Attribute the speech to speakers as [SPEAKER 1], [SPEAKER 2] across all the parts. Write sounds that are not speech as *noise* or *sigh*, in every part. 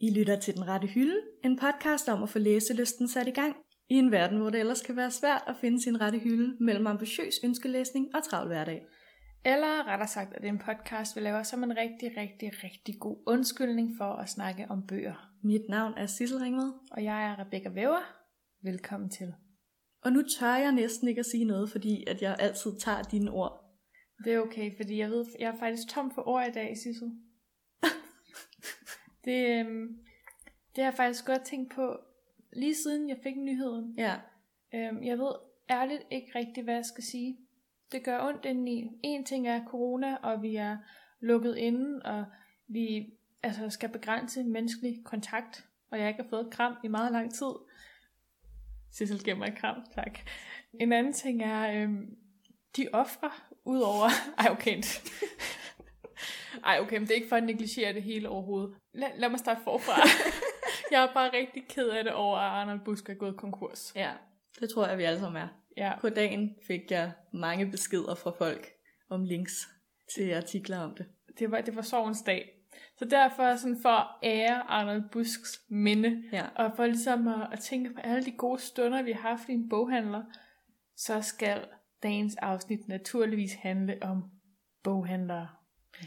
[SPEAKER 1] I lytter til Den Rette Hylde, en podcast om at få læselysten sat i gang i en verden, hvor det ellers kan være svært at finde sin rette hylde mellem ambitiøs ønskelæsning og travl hverdag.
[SPEAKER 2] Eller rettere sagt, at det er en podcast, vi laver som en rigtig, rigtig, rigtig god undskyldning for at snakke om bøger.
[SPEAKER 1] Mit navn er Sissel Ringved,
[SPEAKER 2] Og jeg er Rebecca Væver. Velkommen til.
[SPEAKER 1] og nu tør jeg næsten ikke at sige noget, fordi at jeg altid tager dine ord.
[SPEAKER 2] Det er okay, fordi jeg ved, jeg er faktisk tom for ord i dag, Sissel. det, øhm, det har jeg faktisk godt tænkt på, lige siden jeg fik nyheden.
[SPEAKER 1] Ja,
[SPEAKER 2] Øhm, jeg ved ærligt ikke rigtigt, hvad jeg skal sige. Det gør ondt indeni. En ting er corona, og vi er lukket inde, og vi altså, skal begrænse menneskelig kontakt, og jeg ikke har fået et kram i meget lang tid. Sissel giver mig et kram, tak. En anden ting er, øhm, de ofre udover... Ej, okay. Ej, okay, men det er ikke for at negligere det hele overhovedet. Lad, lad mig starte forfra. jeg er bare rigtig ked af det over, at Arnold Busk er gået konkurs.
[SPEAKER 1] ja, det tror jeg, vi alle sammen er.
[SPEAKER 2] Ja,
[SPEAKER 1] På dagen fik jeg mange beskeder fra folk om links til artikler om det.
[SPEAKER 2] det var, det var sorgens dag. Så derfor sådan for at ære Arnold Busks minde,
[SPEAKER 1] Ja,
[SPEAKER 2] og for ligesom at, at tænke på alle de gode stunder, vi har haft i en boghandler, så skal dagens afsnit naturligvis handle om boghandlere.
[SPEAKER 1] ja.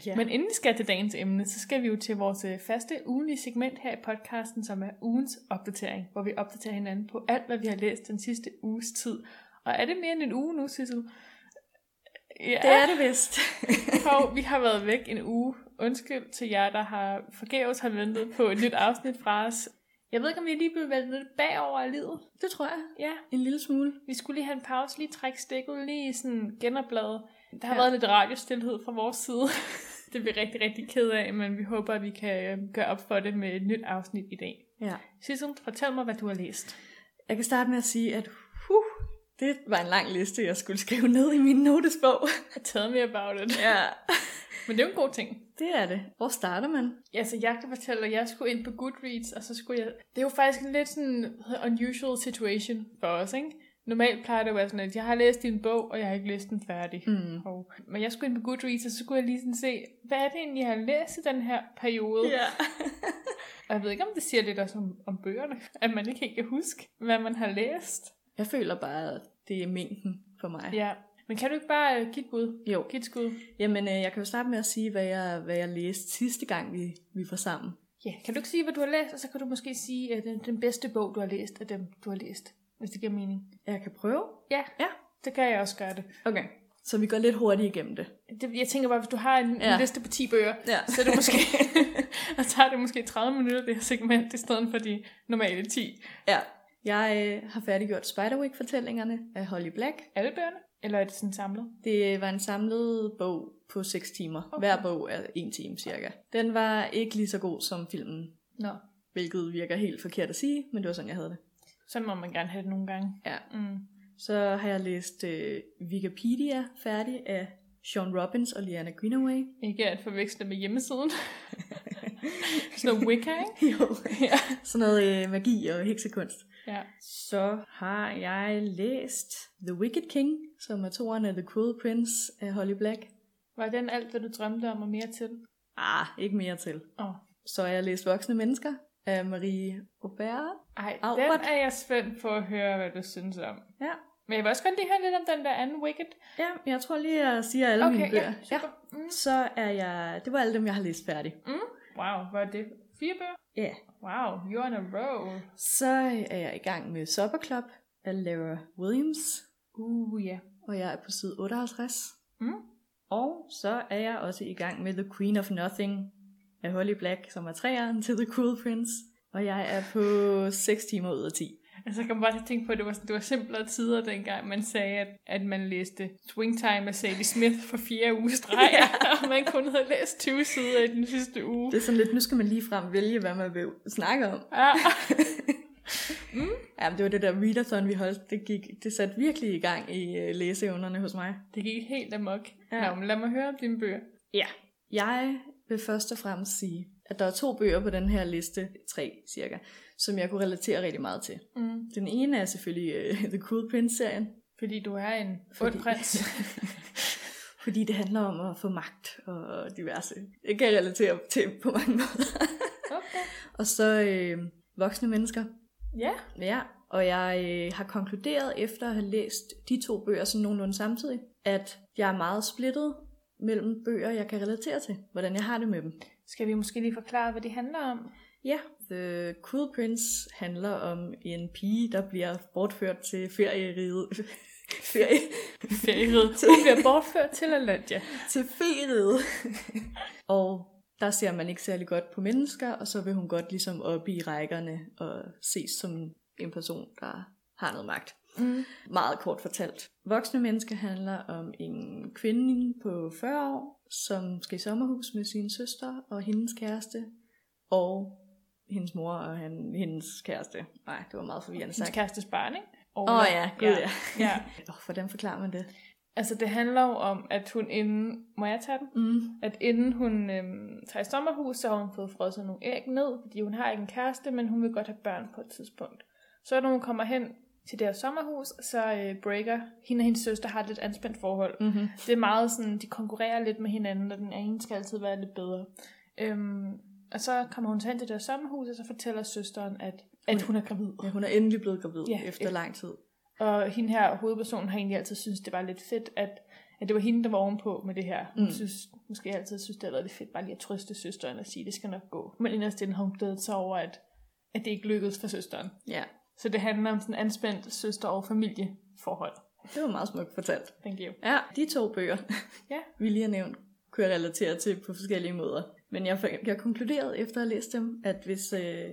[SPEAKER 2] Ja. Men inden vi skal til dagens emne, så skal vi jo til vores øh, faste ugenlige segment her i podcasten, som er ugens opdatering, hvor vi opdaterer hinanden på alt, hvad vi har læst den sidste uges tid. Og er det mere end en uge nu, Sissel? Ja.
[SPEAKER 1] det er det vist. *laughs*
[SPEAKER 2] Hov, vi har været væk en uge. Undskyld til jer, der har forgæves har ventet på et nyt afsnit fra os. Jeg ved ikke, om vi lige blev væltet lidt bagover af livet.
[SPEAKER 1] det tror jeg.
[SPEAKER 2] Ja,
[SPEAKER 1] En lille smule.
[SPEAKER 2] vi skulle lige have en pause, lige trække stikket, lige sådan genoplade. Der har
[SPEAKER 1] Ja.
[SPEAKER 2] ja. været lidt radiostilhed fra vores side. *laughs* det er vi rigtig, rigtig ked af, men vi håber, at vi kan øh, gøre op for det med et nyt afsnit i dag.
[SPEAKER 1] Ja.
[SPEAKER 2] Sissel, fortæl mig, hvad du har læst.
[SPEAKER 1] Jeg kan starte med at sige, at huh, det var en lang liste, jeg skulle skrive ned i min notesbog.
[SPEAKER 2] Tell me about it.
[SPEAKER 1] Ja.
[SPEAKER 2] Men det er jo en god
[SPEAKER 1] *laughs*
[SPEAKER 2] ting.
[SPEAKER 1] Det er det. Hvor starter man?
[SPEAKER 2] Altså, jeg kan fortælle, at jeg skulle ind på Goodreads, og så skulle jeg... Det er jo faktisk en lidt sådan hvad hedder, unusual situation for os, ikke? Normalt plejer det at være sådan, at jeg har læst din bog, og jeg har ikke læst den færdig.
[SPEAKER 1] Mm.
[SPEAKER 2] Hov. Men jeg skulle ind på Goodreads, og så skulle jeg lige sådan se, hvad er det egentlig, jeg har læst i den her periode?
[SPEAKER 1] Ja.
[SPEAKER 2] Og jeg ved ikke, om det siger lidt også om, om bøgerne, *laughs* at man ikke helt kan huske, hvad man har læst.
[SPEAKER 1] *laughs* Jeg føler bare, at det er mængden for mig.
[SPEAKER 2] Ja. Men kan du ikke bare øh, give et bud?
[SPEAKER 1] Jo.
[SPEAKER 2] Give et skud?
[SPEAKER 1] Jamen, øh, jeg kan jo starte med at sige, hvad jeg, hvad jeg læste sidste gang, vi, vi var sammen.
[SPEAKER 2] Ja, kan du ikke sige, hvad du har læst, og så kan du måske sige, at øh, den, den bedste bog, du har læst, er dem, du har læst, hvis det giver mening.
[SPEAKER 1] Jeg kan prøve.
[SPEAKER 2] Ja,
[SPEAKER 1] Ja.
[SPEAKER 2] det kan jeg også gøre det.
[SPEAKER 1] Okay. Så vi går lidt hurtigt igennem det.
[SPEAKER 2] det jeg tænker bare, hvis du har en,
[SPEAKER 1] Ja.
[SPEAKER 2] ja. en liste på 10 bøger,
[SPEAKER 1] Ja.
[SPEAKER 2] så er det måske, *laughs* og tager det måske 30 minutter, det her segment, i stedet for de normale 10.
[SPEAKER 1] *laughs* Ja. Jeg øh, har færdiggjort Spiderwick-fortællingerne af Holly Black.
[SPEAKER 2] Alle bøgerne? Eller er det sådan samlet?
[SPEAKER 1] Det var en samlet bog på 6 timer. Okay.
[SPEAKER 2] Okay.
[SPEAKER 1] Hver bog er 1 time cirka. Den var ikke lige så god som filmen,
[SPEAKER 2] Nå.
[SPEAKER 1] hvilket virker helt forkert at sige, men det var sådan, jeg havde det.
[SPEAKER 2] Sådan må man gerne have det nogle gange.
[SPEAKER 1] Ja.
[SPEAKER 2] Mm.
[SPEAKER 1] Så har jeg læst øh, Wikipedia færdig af Sean Robbins og Liana Greenaway.
[SPEAKER 2] Ikke at forveksle med hjemmesiden. *laughs* sådan noget Wicca,
[SPEAKER 1] *laughs*
[SPEAKER 2] ikke?
[SPEAKER 1] jo,
[SPEAKER 2] Ja.
[SPEAKER 1] sådan noget øh, magi og heksekunst.
[SPEAKER 2] ja.
[SPEAKER 1] Så har jeg læst The Wicked King, som er toeren af The Cruel Prince af Holly Black.
[SPEAKER 2] Var den alt, hvad du drømte om og mere til?
[SPEAKER 1] Ah, ikke mere til.
[SPEAKER 2] Åh. Oh.
[SPEAKER 1] Så har jeg læst Voksne Mennesker af Marie Aubert.
[SPEAKER 2] Ej,
[SPEAKER 1] Albert.
[SPEAKER 2] den er jeg spændt på at høre, hvad du synes om.
[SPEAKER 1] Ja.
[SPEAKER 2] Men jeg vil også godt lige høre lidt om den der anden Wicked.
[SPEAKER 1] Ja, jeg tror lige, jeg siger alle okay, mine bøger.
[SPEAKER 2] ja, super. Ja. Mm.
[SPEAKER 1] Så er jeg... Det var alle dem, jeg har læst færdig.
[SPEAKER 2] Wow, var det fire bøger?
[SPEAKER 1] Ja.
[SPEAKER 2] Wow, you're on a roll.
[SPEAKER 1] Så er jeg i gang med Supper Club af Lara Williams,
[SPEAKER 2] Uh, ja.
[SPEAKER 1] og jeg er på side 58.
[SPEAKER 2] Mm.
[SPEAKER 1] Og så er jeg også i gang med The Queen of Nothing af Holly Black, som er træeren til The Cruel Prince. Og jeg er på 6 timer ud af 10.
[SPEAKER 2] Altså, jeg kom bare til at tænke på, at det var, sådan- det var simplere tider, dengang man sagde, at, at man læste Swing Time af Sadie Smith for fire uger streg, *laughs* ja. og man kun havde læst 20 sider i den sidste uge.
[SPEAKER 1] Det er sådan lidt, nu skal man lige frem vælge, hvad man vil snakke om.
[SPEAKER 2] Ja. *laughs*
[SPEAKER 1] Ja, men det var det der readathon, vi holdt. Det, gik, det satte virkelig i gang i øh, læseevnerne hos mig.
[SPEAKER 2] Det gik helt amok.
[SPEAKER 1] Ja.
[SPEAKER 2] Ja. Nå, men lad mig høre om dine bøger.
[SPEAKER 1] Ja. Jeg vil først og fremmest sige, at der er to bøger på den her liste, tre cirka, som jeg kunne relatere rigtig meget til.
[SPEAKER 2] Mm.
[SPEAKER 1] Den ene er selvfølgelig uh, The Cool Prince-serien,
[SPEAKER 2] Fordi du er en
[SPEAKER 1] Fordi-
[SPEAKER 2] ond prins.
[SPEAKER 1] *laughs* fordi det handler om at få magt og diverse. Det kan jeg relatere til på mange måder.
[SPEAKER 2] *laughs* Okay.
[SPEAKER 1] og så øh, voksne mennesker.
[SPEAKER 2] Ja.
[SPEAKER 1] Ja, og jeg øh, har konkluderet efter at have læst de to bøger sådan nogenlunde samtidig, at jeg er meget splittet mellem bøger, jeg kan relatere til, hvordan jeg har det med dem.
[SPEAKER 2] Skal vi måske lige forklare, hvad det handler om?
[SPEAKER 1] Ja, The Cool Prince handler om en pige, der bliver bortført til ferieriget. *laughs* Ferie,
[SPEAKER 2] Feriet. *laughs* Hun bliver bortført til Alandia.
[SPEAKER 1] til feriet. og der ser man ikke særlig godt på mennesker, og så vil hun godt ligesom op i rækkerne og ses som en person, der har noget magt.
[SPEAKER 2] Mm.
[SPEAKER 1] Meget kort fortalt. Voksne mennesker handler om en kvinde på 40 år, som skal i sommerhus med sin søster og hendes kæreste, og hendes mor og han, hendes kæreste. Nej, det var meget forvirrende
[SPEAKER 2] Hendes
[SPEAKER 1] sagt.
[SPEAKER 2] kærestes barn, ikke? Åh
[SPEAKER 1] Åh oh, ja, gud ja.
[SPEAKER 2] ja.
[SPEAKER 1] *laughs* Oh, hvordan forklarer man det?
[SPEAKER 2] Altså, det handler jo om, at hun inden... Må jeg tage den?
[SPEAKER 1] Mm.
[SPEAKER 2] At inden hun øhm, tager i sommerhus, så har hun fået frosset nogle æg ned, fordi hun har ikke en kæreste, men hun vil godt have børn på et tidspunkt. Så når hun kommer hen til det her sommerhus, så øh, breaker hende og hendes søster har et lidt anspændt forhold.
[SPEAKER 1] Mm-hmm.
[SPEAKER 2] Det er meget sådan, de konkurrerer lidt med hinanden, og den ene skal altid være lidt bedre. Øhm, og så kommer hun så hen til det her sommerhus, og så fortæller søsteren, at, at hun er gravid.
[SPEAKER 1] Ja, hun er endelig blevet gravid
[SPEAKER 2] Ja,
[SPEAKER 1] yeah, efter
[SPEAKER 2] ja.
[SPEAKER 1] lang tid.
[SPEAKER 2] Og hende her hovedpersonen har egentlig altid synes det var lidt fedt, at, at det var hende, der var ovenpå med det her.
[SPEAKER 1] Mm.
[SPEAKER 2] Hun mm. synes, måske altid synes, det har været lidt fedt bare lige at trøste søsteren og sige, det skal nok gå. Men inderst inden har hun glædet sig over, at, at det ikke lykkedes for søsteren.
[SPEAKER 1] Ja,
[SPEAKER 2] Så det handler om sådan anspændt søster- og familieforhold.
[SPEAKER 1] det var meget smukt fortalt.
[SPEAKER 2] Thank you.
[SPEAKER 1] Ja, de to bøger,
[SPEAKER 2] *laughs* Ja.
[SPEAKER 1] vi lige har nævnt, kunne jeg relatere til på forskellige måder. Men jeg, for- jeg konkluderede efter at have læst dem, at hvis, øh,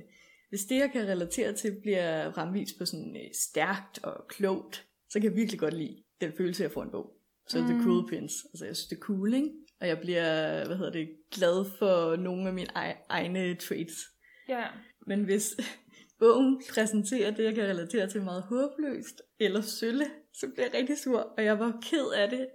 [SPEAKER 1] hvis det, jeg kan relatere til, bliver fremvist på sådan øh, stærkt og klogt, så kan jeg virkelig godt lide den følelse, jeg får en bog. Så mm. The
[SPEAKER 2] Mm.
[SPEAKER 1] Cool Pins. Altså, jeg synes, det er cool, ikke? Og jeg bliver, hvad hedder det, glad for nogle af mine eg- egne traits.
[SPEAKER 2] Ja.
[SPEAKER 1] Men hvis *laughs* bogen præsenterer det, jeg kan relatere til meget håbløst, eller sølle, så bliver jeg rigtig sur, og jeg var ked af det,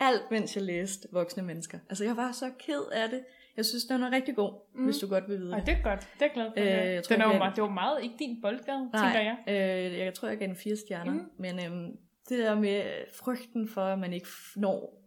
[SPEAKER 1] alt mens jeg læste Voksne Mennesker. Altså, jeg var så ked af det. Jeg synes, den er rigtig god, mm.
[SPEAKER 2] Mm.
[SPEAKER 1] hvis du godt vil vide
[SPEAKER 2] Og det er godt. Det er jeg glad for.
[SPEAKER 1] Øh,
[SPEAKER 2] ja.
[SPEAKER 1] jeg tror,
[SPEAKER 2] den er
[SPEAKER 1] jeg kan-
[SPEAKER 2] jo meget, det var meget ikke din boldgade, tænker
[SPEAKER 1] Nej,
[SPEAKER 2] jeg.
[SPEAKER 1] Øh, jeg tror, jeg gav den fire stjerner. Mm.
[SPEAKER 2] Mm.
[SPEAKER 1] Men øhm, det der med øh, frygten for, at man ikke f- når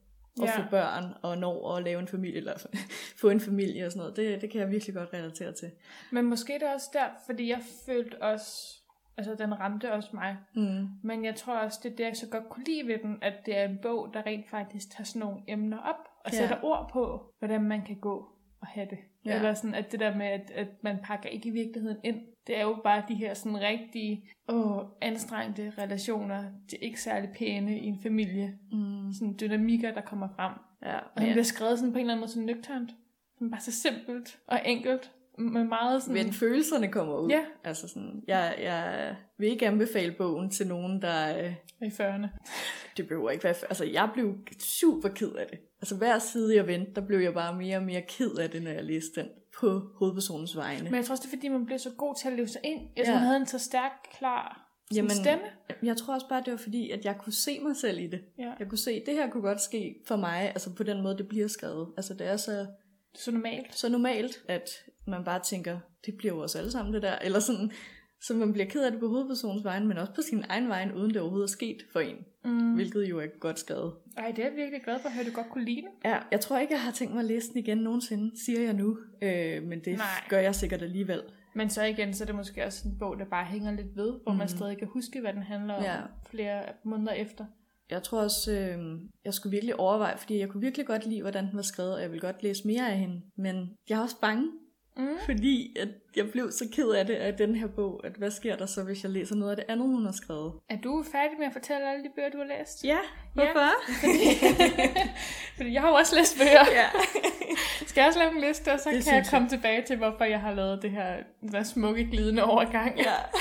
[SPEAKER 1] at
[SPEAKER 2] Ja.
[SPEAKER 1] få børn, og når at lave en familie, eller *laughs* få en familie og sådan noget, det, det kan jeg virkelig godt relatere til.
[SPEAKER 2] Men måske er det også der, fordi jeg følte også, altså den ramte også mig.
[SPEAKER 1] Mm.
[SPEAKER 2] Men jeg tror også, det er det, jeg så godt kunne lide ved den, at det er en bog, der rent faktisk tager sådan nogle emner op, og
[SPEAKER 1] Ja.
[SPEAKER 2] ja. sætter ord på, hvordan man kan gå og have det.
[SPEAKER 1] Ja.
[SPEAKER 2] Ja. Eller sådan, at det der med, at, at man pakker ikke i virkeligheden ind, det er jo bare de her sådan rigtige, åh, anstrengte relationer, det er ikke særlig pæne i en familie,
[SPEAKER 1] Mm.
[SPEAKER 2] sådan dynamikker, der kommer frem.
[SPEAKER 1] Ja,
[SPEAKER 2] Og den
[SPEAKER 1] men
[SPEAKER 2] bliver skrevet sådan på en eller anden måde sådan nøgternt, sådan bare så simpelt og enkelt, men meget sådan...
[SPEAKER 1] Men følelserne kommer ud.
[SPEAKER 2] Ja.
[SPEAKER 1] Altså sådan, jeg, jeg vil ikke anbefale bogen til nogen, der... Øh,
[SPEAKER 2] i 40'erne.
[SPEAKER 1] det behøver ikke være... Altså, jeg blev super ked af det. Altså, hver side jeg vendte, der blev jeg bare mere og mere ked af det, når jeg læste den på hovedpersonens vegne.
[SPEAKER 2] Men jeg tror også, det er, fordi man bliver så god til at leve sig ind. Jeg tror,
[SPEAKER 1] Ja.
[SPEAKER 2] ja. hun havde en så stærk, klar sådan
[SPEAKER 1] Jamen-
[SPEAKER 2] stemme.
[SPEAKER 1] Jeg tror også bare, det var fordi, at jeg kunne se mig selv i det.
[SPEAKER 2] Ja.
[SPEAKER 1] Jeg kunne se, at det her kunne godt ske for mig, altså på den måde, det bliver skrevet. Altså, det er så,
[SPEAKER 2] Så normalt.
[SPEAKER 1] så normalt, at man bare tænker, det bliver jo os alle sammen, det der. Eller sådan, så man bliver ked af det på hovedpersonens vegne, men også på sin egen vegne, uden det overhovedet er sket for en.
[SPEAKER 2] Mm.
[SPEAKER 1] hvilket jo er godt skrevet.
[SPEAKER 2] Ej, det er jeg virkelig glad for at høre, at du godt kunne lide det.
[SPEAKER 1] Ja, jeg tror ikke, jeg har tænkt mig at læse den igen nogensinde, siger jeg nu, øh, men det Nej.
[SPEAKER 2] Nej.
[SPEAKER 1] gør jeg sikkert alligevel.
[SPEAKER 2] Men så igen, så er det måske også en bog, der bare hænger lidt ved, hvor mm.
[SPEAKER 1] Mhm.
[SPEAKER 2] man stadig kan huske, hvad den handler om
[SPEAKER 1] Ja.
[SPEAKER 2] ja. flere måneder efter.
[SPEAKER 1] Jeg tror også, øh, jeg skulle virkelig overveje, fordi jeg kunne virkelig godt lide, hvordan den var skrevet, og jeg vil godt læse mere af hende. Men jeg er også bange,
[SPEAKER 2] Mm.
[SPEAKER 1] fordi at jeg blev så ked af det af den her bog, at hvad sker der så, hvis jeg læser noget af det andet, hun har skrevet?
[SPEAKER 2] Er du færdig med at fortælle alle de bøger, du har læst?
[SPEAKER 1] Ja, hvorfor?
[SPEAKER 2] *laughs* Fordi jeg har jo også læst bøger.
[SPEAKER 1] *laughs* Ja.
[SPEAKER 2] Skal jeg også lave en liste, og så
[SPEAKER 1] Det
[SPEAKER 2] det kan jeg
[SPEAKER 1] synes jeg.
[SPEAKER 2] komme tilbage til, hvorfor jeg har lavet det her, den her smukke, glidende overgang.
[SPEAKER 1] ja.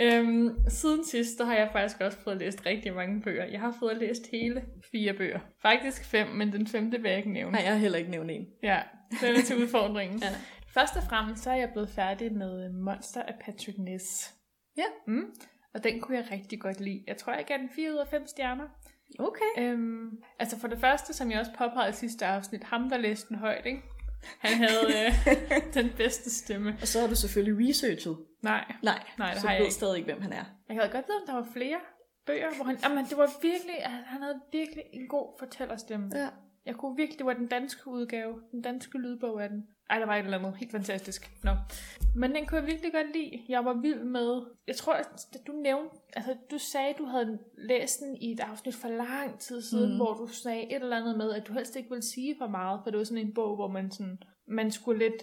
[SPEAKER 2] Øhm, siden sidst, der har jeg faktisk også fået læst rigtig mange bøger. Jeg har fået læst hele fire bøger. Faktisk fem, men den femte vil jeg ikke nævne.
[SPEAKER 1] Nej, jeg har heller ikke nævnt en.
[SPEAKER 2] Ja, den er til udfordringen.
[SPEAKER 1] *laughs* Ja.
[SPEAKER 2] Først og fremmest, så er jeg blevet færdig med øh, Monster af Patrick Ness.
[SPEAKER 1] Ja.
[SPEAKER 2] Mm. Og den kunne jeg rigtig godt lide. Jeg tror, jeg gav den 4 ud af 5 stjerner.
[SPEAKER 1] Okay.
[SPEAKER 2] Øhm, altså for det første, som jeg også påpegede i sidste afsnit, ham der læste den højt, ikke? Han havde øh,
[SPEAKER 1] *laughs*
[SPEAKER 2] den bedste stemme.
[SPEAKER 1] Og så har du selvfølgelig researchet.
[SPEAKER 2] Nej,
[SPEAKER 1] Nej,
[SPEAKER 2] Nej, det
[SPEAKER 1] så
[SPEAKER 2] har
[SPEAKER 1] du
[SPEAKER 2] jeg
[SPEAKER 1] ved
[SPEAKER 2] ikke.
[SPEAKER 1] stadig ikke, hvem han er.
[SPEAKER 2] Jeg havde godt vide, om der var flere bøger, hvor han... Jamen, det var virkelig... Han han havde virkelig en god fortællerstemme.
[SPEAKER 1] Ja.
[SPEAKER 2] Jeg kunne virkelig... Det var den danske udgave. Den danske lydbog af den. Ej, der var et eller andet helt fantastisk. Nå. Men den kunne jeg virkelig godt lide. Jeg var vild med... Jeg tror, at du nævnte... Altså, du sagde, du havde læst den i et afsnit for lang tid siden, mm. hvor du sagde et eller andet med, at du helst ikke ville sige for meget, for det var sådan en bog, hvor man, sådan, man skulle lidt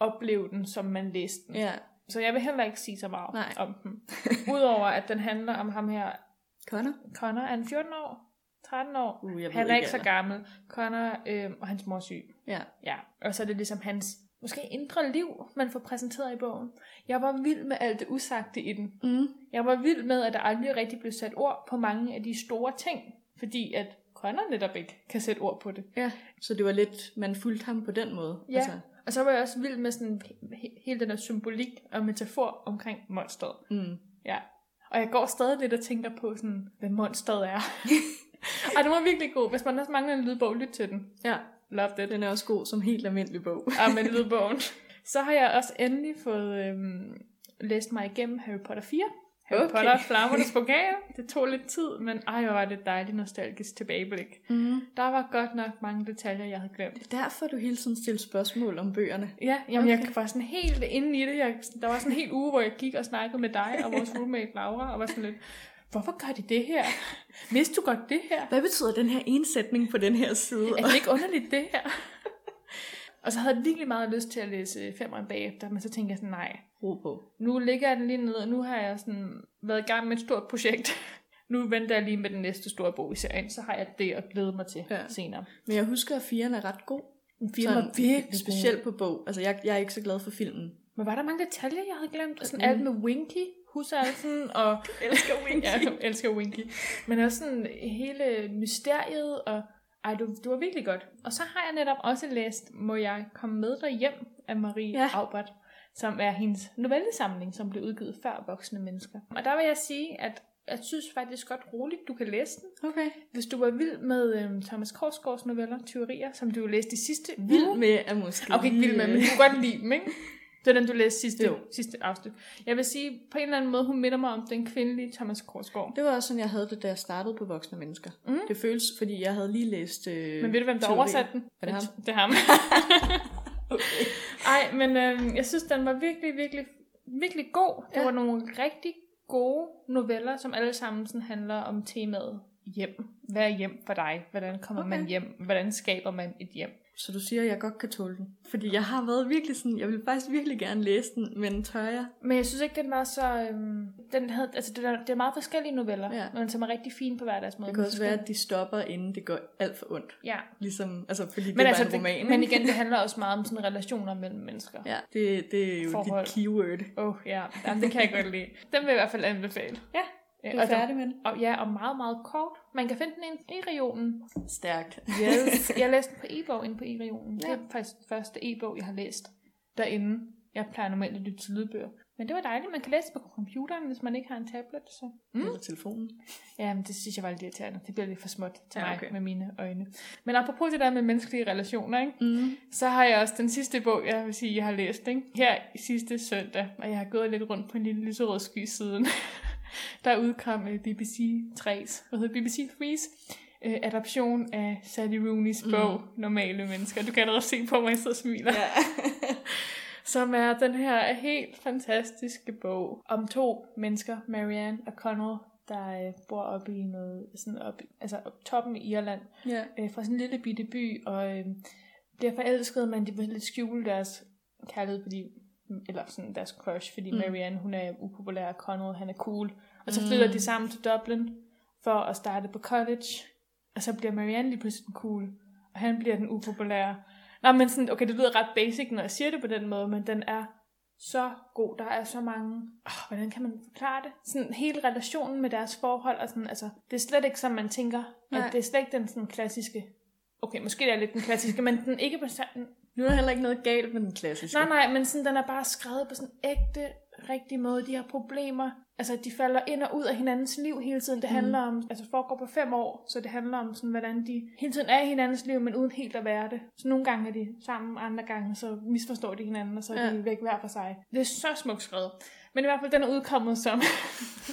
[SPEAKER 2] opleve den, som man læste den.
[SPEAKER 1] Ja.
[SPEAKER 2] Så jeg vil heller ikke sige så meget
[SPEAKER 1] Nej.
[SPEAKER 2] om
[SPEAKER 1] *laughs*
[SPEAKER 2] den. Udover at den handler om ham her,
[SPEAKER 1] Connor?
[SPEAKER 2] Connor, er han 14 år? 13 år?
[SPEAKER 1] Uh, jeg ved
[SPEAKER 2] Han er ikke så
[SPEAKER 1] alder.
[SPEAKER 2] gammel. Connor øh, og hans mor er syg.
[SPEAKER 1] Ja.
[SPEAKER 2] Ja, og så er det ligesom hans måske indre liv, man får præsenteret i bogen. Jeg var vild med alt det usagte i den.
[SPEAKER 1] Mm.
[SPEAKER 2] Jeg var vild med, at der aldrig rigtig blev sat ord på mange af de store ting, fordi at Connor netop ikke kan sætte ord på det.
[SPEAKER 1] Ja, så det var lidt, man fulgte ham på den måde. Altså,
[SPEAKER 2] Ja. Og så var jeg også vild med sådan he- hele den der symbolik og metafor omkring monsteret.
[SPEAKER 1] mm.
[SPEAKER 2] Ja. Og jeg går stadig lidt og tænker på, sådan, hvad
[SPEAKER 1] *laughs*
[SPEAKER 2] monsteret er. Ej, den var virkelig god. Hvis man også mangler en lydbog, lyt til den.
[SPEAKER 1] ja,
[SPEAKER 2] Love it.
[SPEAKER 1] den er også god som helt almindelig bog.
[SPEAKER 2] ah, med lydbogen. Så har jeg også endelig fået øhm, læst mig igennem Harry Potter 4. Harry
[SPEAKER 1] Okay.
[SPEAKER 2] okay. Potter og flammernes pokal. Det tog lidt tid, men ej, hvor var det et dejligt nostalgisk tilbageblik.
[SPEAKER 1] Mm.
[SPEAKER 2] Der var godt nok mange detaljer, jeg havde glemt.
[SPEAKER 1] Det er derfor, du hele tiden stiller spørgsmål om bøgerne.
[SPEAKER 2] Ja, jamen okay.
[SPEAKER 1] Okay.
[SPEAKER 2] jeg var sådan helt inde i det. Jeg, der var sådan en hel uge, hvor jeg gik og snakkede med dig
[SPEAKER 1] *laughs*
[SPEAKER 2] og vores roommate Laura, og var sådan lidt, hvorfor gør de det her? Vidste du godt det her?
[SPEAKER 1] Hvad betyder den her ensætning på den her side?
[SPEAKER 2] Er det ikke underligt, det her? og så havde jeg virkelig meget lyst til at læse femmeren bagefter, men så tænkte jeg sådan, nej,
[SPEAKER 1] Ro på.
[SPEAKER 2] nu ligger jeg den lige ned, og nu har jeg sådan været i gang med et stort projekt. *laughs* Nu venter jeg lige med den næste store bog i serien, så har jeg det at glæde mig til
[SPEAKER 1] Ja.
[SPEAKER 2] ja. senere.
[SPEAKER 1] Men jeg husker, at firen er ret god.
[SPEAKER 2] Den film var virkelig speciel.
[SPEAKER 1] Specielt på bog. Altså, jeg, jeg er ikke så glad for filmen.
[SPEAKER 2] Men var der mange detaljer, jeg havde glemt? Sådan alt med Winky, husalfen og...
[SPEAKER 1] *laughs* elsker
[SPEAKER 2] ja, jeg *laughs* elsker Winky. Men også sådan hele mysteriet og... Ej, du, du var virkelig godt. Og så har jeg netop også læst Må jeg komme med dig hjem af Marie
[SPEAKER 1] Ja.
[SPEAKER 2] ja. Aubert, som er hendes novellesamling, som blev udgivet før voksne mennesker. Og der vil jeg sige, at jeg synes faktisk godt roligt, du kan læse den.
[SPEAKER 1] Okay.
[SPEAKER 2] Hvis du var vild med øhm, Thomas Korsgaards noveller, teorier, som du jo læste i sidste
[SPEAKER 1] Vild med er måske
[SPEAKER 2] Mm. Okay, ikke vild med, men du kunne godt lide dem, ikke? Det er den, du læste sidste,
[SPEAKER 1] Jo.
[SPEAKER 2] sidste afsnit. Jeg vil sige, på en eller anden måde, hun minder mig om den kvindelige Thomas Korsgaard.
[SPEAKER 1] Det var også sådan, jeg havde det, da jeg startede på voksne mennesker.
[SPEAKER 2] Mm.
[SPEAKER 1] Det føles, fordi jeg havde lige læst... Øh,
[SPEAKER 2] Men ved du, hvem der
[SPEAKER 1] teorier.
[SPEAKER 2] oversatte den?
[SPEAKER 1] Er det ham?
[SPEAKER 2] Det er
[SPEAKER 1] *laughs*
[SPEAKER 2] ham.
[SPEAKER 1] Okay.
[SPEAKER 2] Ej, men øh, jeg synes, den var virkelig, virkelig, virkelig god. Det
[SPEAKER 1] Ja.
[SPEAKER 2] ja. var nogle rigtig gode noveller, som alle sammen sådan handler om temaet hjem. Hvad er hjem for dig? Hvordan kommer okay. man
[SPEAKER 1] Okay.
[SPEAKER 2] hjem? Hvordan skaber man et hjem?
[SPEAKER 1] Så du siger, at jeg godt kan tåle den? Fordi jeg har været virkelig sådan, jeg vil faktisk virkelig gerne læse den, men tør jeg?
[SPEAKER 2] Men jeg synes ikke, den var så... Øhm, den havde, altså, det er, det er meget forskellige noveller,
[SPEAKER 1] Ja.
[SPEAKER 2] men som er rigtig fine på hver deres måde.
[SPEAKER 1] Det kan
[SPEAKER 2] Men
[SPEAKER 1] også
[SPEAKER 2] så
[SPEAKER 1] være,
[SPEAKER 2] skal-
[SPEAKER 1] at de stopper, inden det går alt for ondt.
[SPEAKER 2] Ja,
[SPEAKER 1] Ligesom, altså, fordi det
[SPEAKER 2] men,
[SPEAKER 1] var
[SPEAKER 2] altså,
[SPEAKER 1] en roman.
[SPEAKER 2] det, men
[SPEAKER 1] ikke?
[SPEAKER 2] igen, det handler også meget om sådan relationer mellem mennesker.
[SPEAKER 1] *laughs* Ja, det, det er jo Forhold.
[SPEAKER 2] Forhold.
[SPEAKER 1] dit keyword.
[SPEAKER 2] Åh, oh, ja. Jamen, det kan jeg godt lide. Den vil jeg i hvert fald anbefale.
[SPEAKER 1] Ja,
[SPEAKER 2] Ja,
[SPEAKER 1] Du er færdig med den.
[SPEAKER 2] Og, ja, og meget, meget kort. Man kan finde den ind i regionen.
[SPEAKER 1] Stærkt.
[SPEAKER 2] Yes. *laughs* jeg læste den på e-bog inde på e-regionen. Ja.
[SPEAKER 1] Ja.
[SPEAKER 2] Det er faktisk den første e-bog, jeg har læst derinde. Jeg plejer normalt at lytte til lydbøger. Men det var dejligt. Man kan læse det på computeren, hvis man ikke har en tablet. Så.
[SPEAKER 1] Mm. *laughs* Eller telefonen.
[SPEAKER 2] Ja, men det synes jeg var lidt irriterende. Det bliver lidt for småt til
[SPEAKER 1] Ja,
[SPEAKER 2] ja,
[SPEAKER 1] okay.
[SPEAKER 2] mig med mine øjne. Men apropos det der med menneskelige relationer, ikke?
[SPEAKER 1] Mm.
[SPEAKER 2] Så har jeg også den sidste bog, jeg vil sige, jeg har læst, ikke? her i sidste søndag, og jeg har gået lidt rundt på en lille lyserød sky siden. *laughs* Der udkom øh, BBC 3's, hvad hedder BBC 3's, øh, adaption af Sally Rooney's bog, mm. Normale Mennesker. Du kan allerede se på mig, jeg sidder og smiler.
[SPEAKER 1] Ja. *laughs*
[SPEAKER 2] Som er den her helt fantastiske bog om to mennesker, Marianne og Connell, der øh, bor oppe i noget, sådan op, altså op toppen i Irland,
[SPEAKER 1] ja.
[SPEAKER 2] øh, fra sådan en lille bitte by, og øh, bliver forelsket, men de vil lidt skjule deres kærlighed, fordi, eller sådan deres crush, fordi
[SPEAKER 1] Mm.
[SPEAKER 2] mm. Marianne, hun er upopulær, og Conrad, han er cool. Og så
[SPEAKER 1] Mm.
[SPEAKER 2] flytter de sammen til Dublin for at starte på college, og så bliver Marianne lige pludselig den cool, og han bliver den upopulære. Nå, men sådan, okay, det lyder ret basic, når jeg siger det på den måde, men den er så god. Der er så mange... Oh, hvordan kan man forklare det? Sådan hele relationen med deres forhold, og sådan, altså, det er slet ikke, som man tænker.
[SPEAKER 1] Nej.
[SPEAKER 2] At det er slet ikke den sådan klassiske... Okay, måske det er lidt den klassiske, men den ikke på sådan...
[SPEAKER 1] Nu er der heller ikke noget galt med den klassiske.
[SPEAKER 2] Nej, nej, men sådan, den er bare skrevet på sådan en ægte, rigtig måde. De har problemer. Altså, de falder ind og ud af hinandens liv hele tiden. Det handler om, altså foregår på fem år, så det handler om sådan, hvordan de hele tiden er i hinandens liv, men uden helt at være det. Så nogle gange er de sammen, andre gange så misforstår de hinanden, og så er
[SPEAKER 1] Ja.
[SPEAKER 2] ja. de væk hver for sig. Det er så smukt skrevet. Men i hvert fald, den er udkommet som...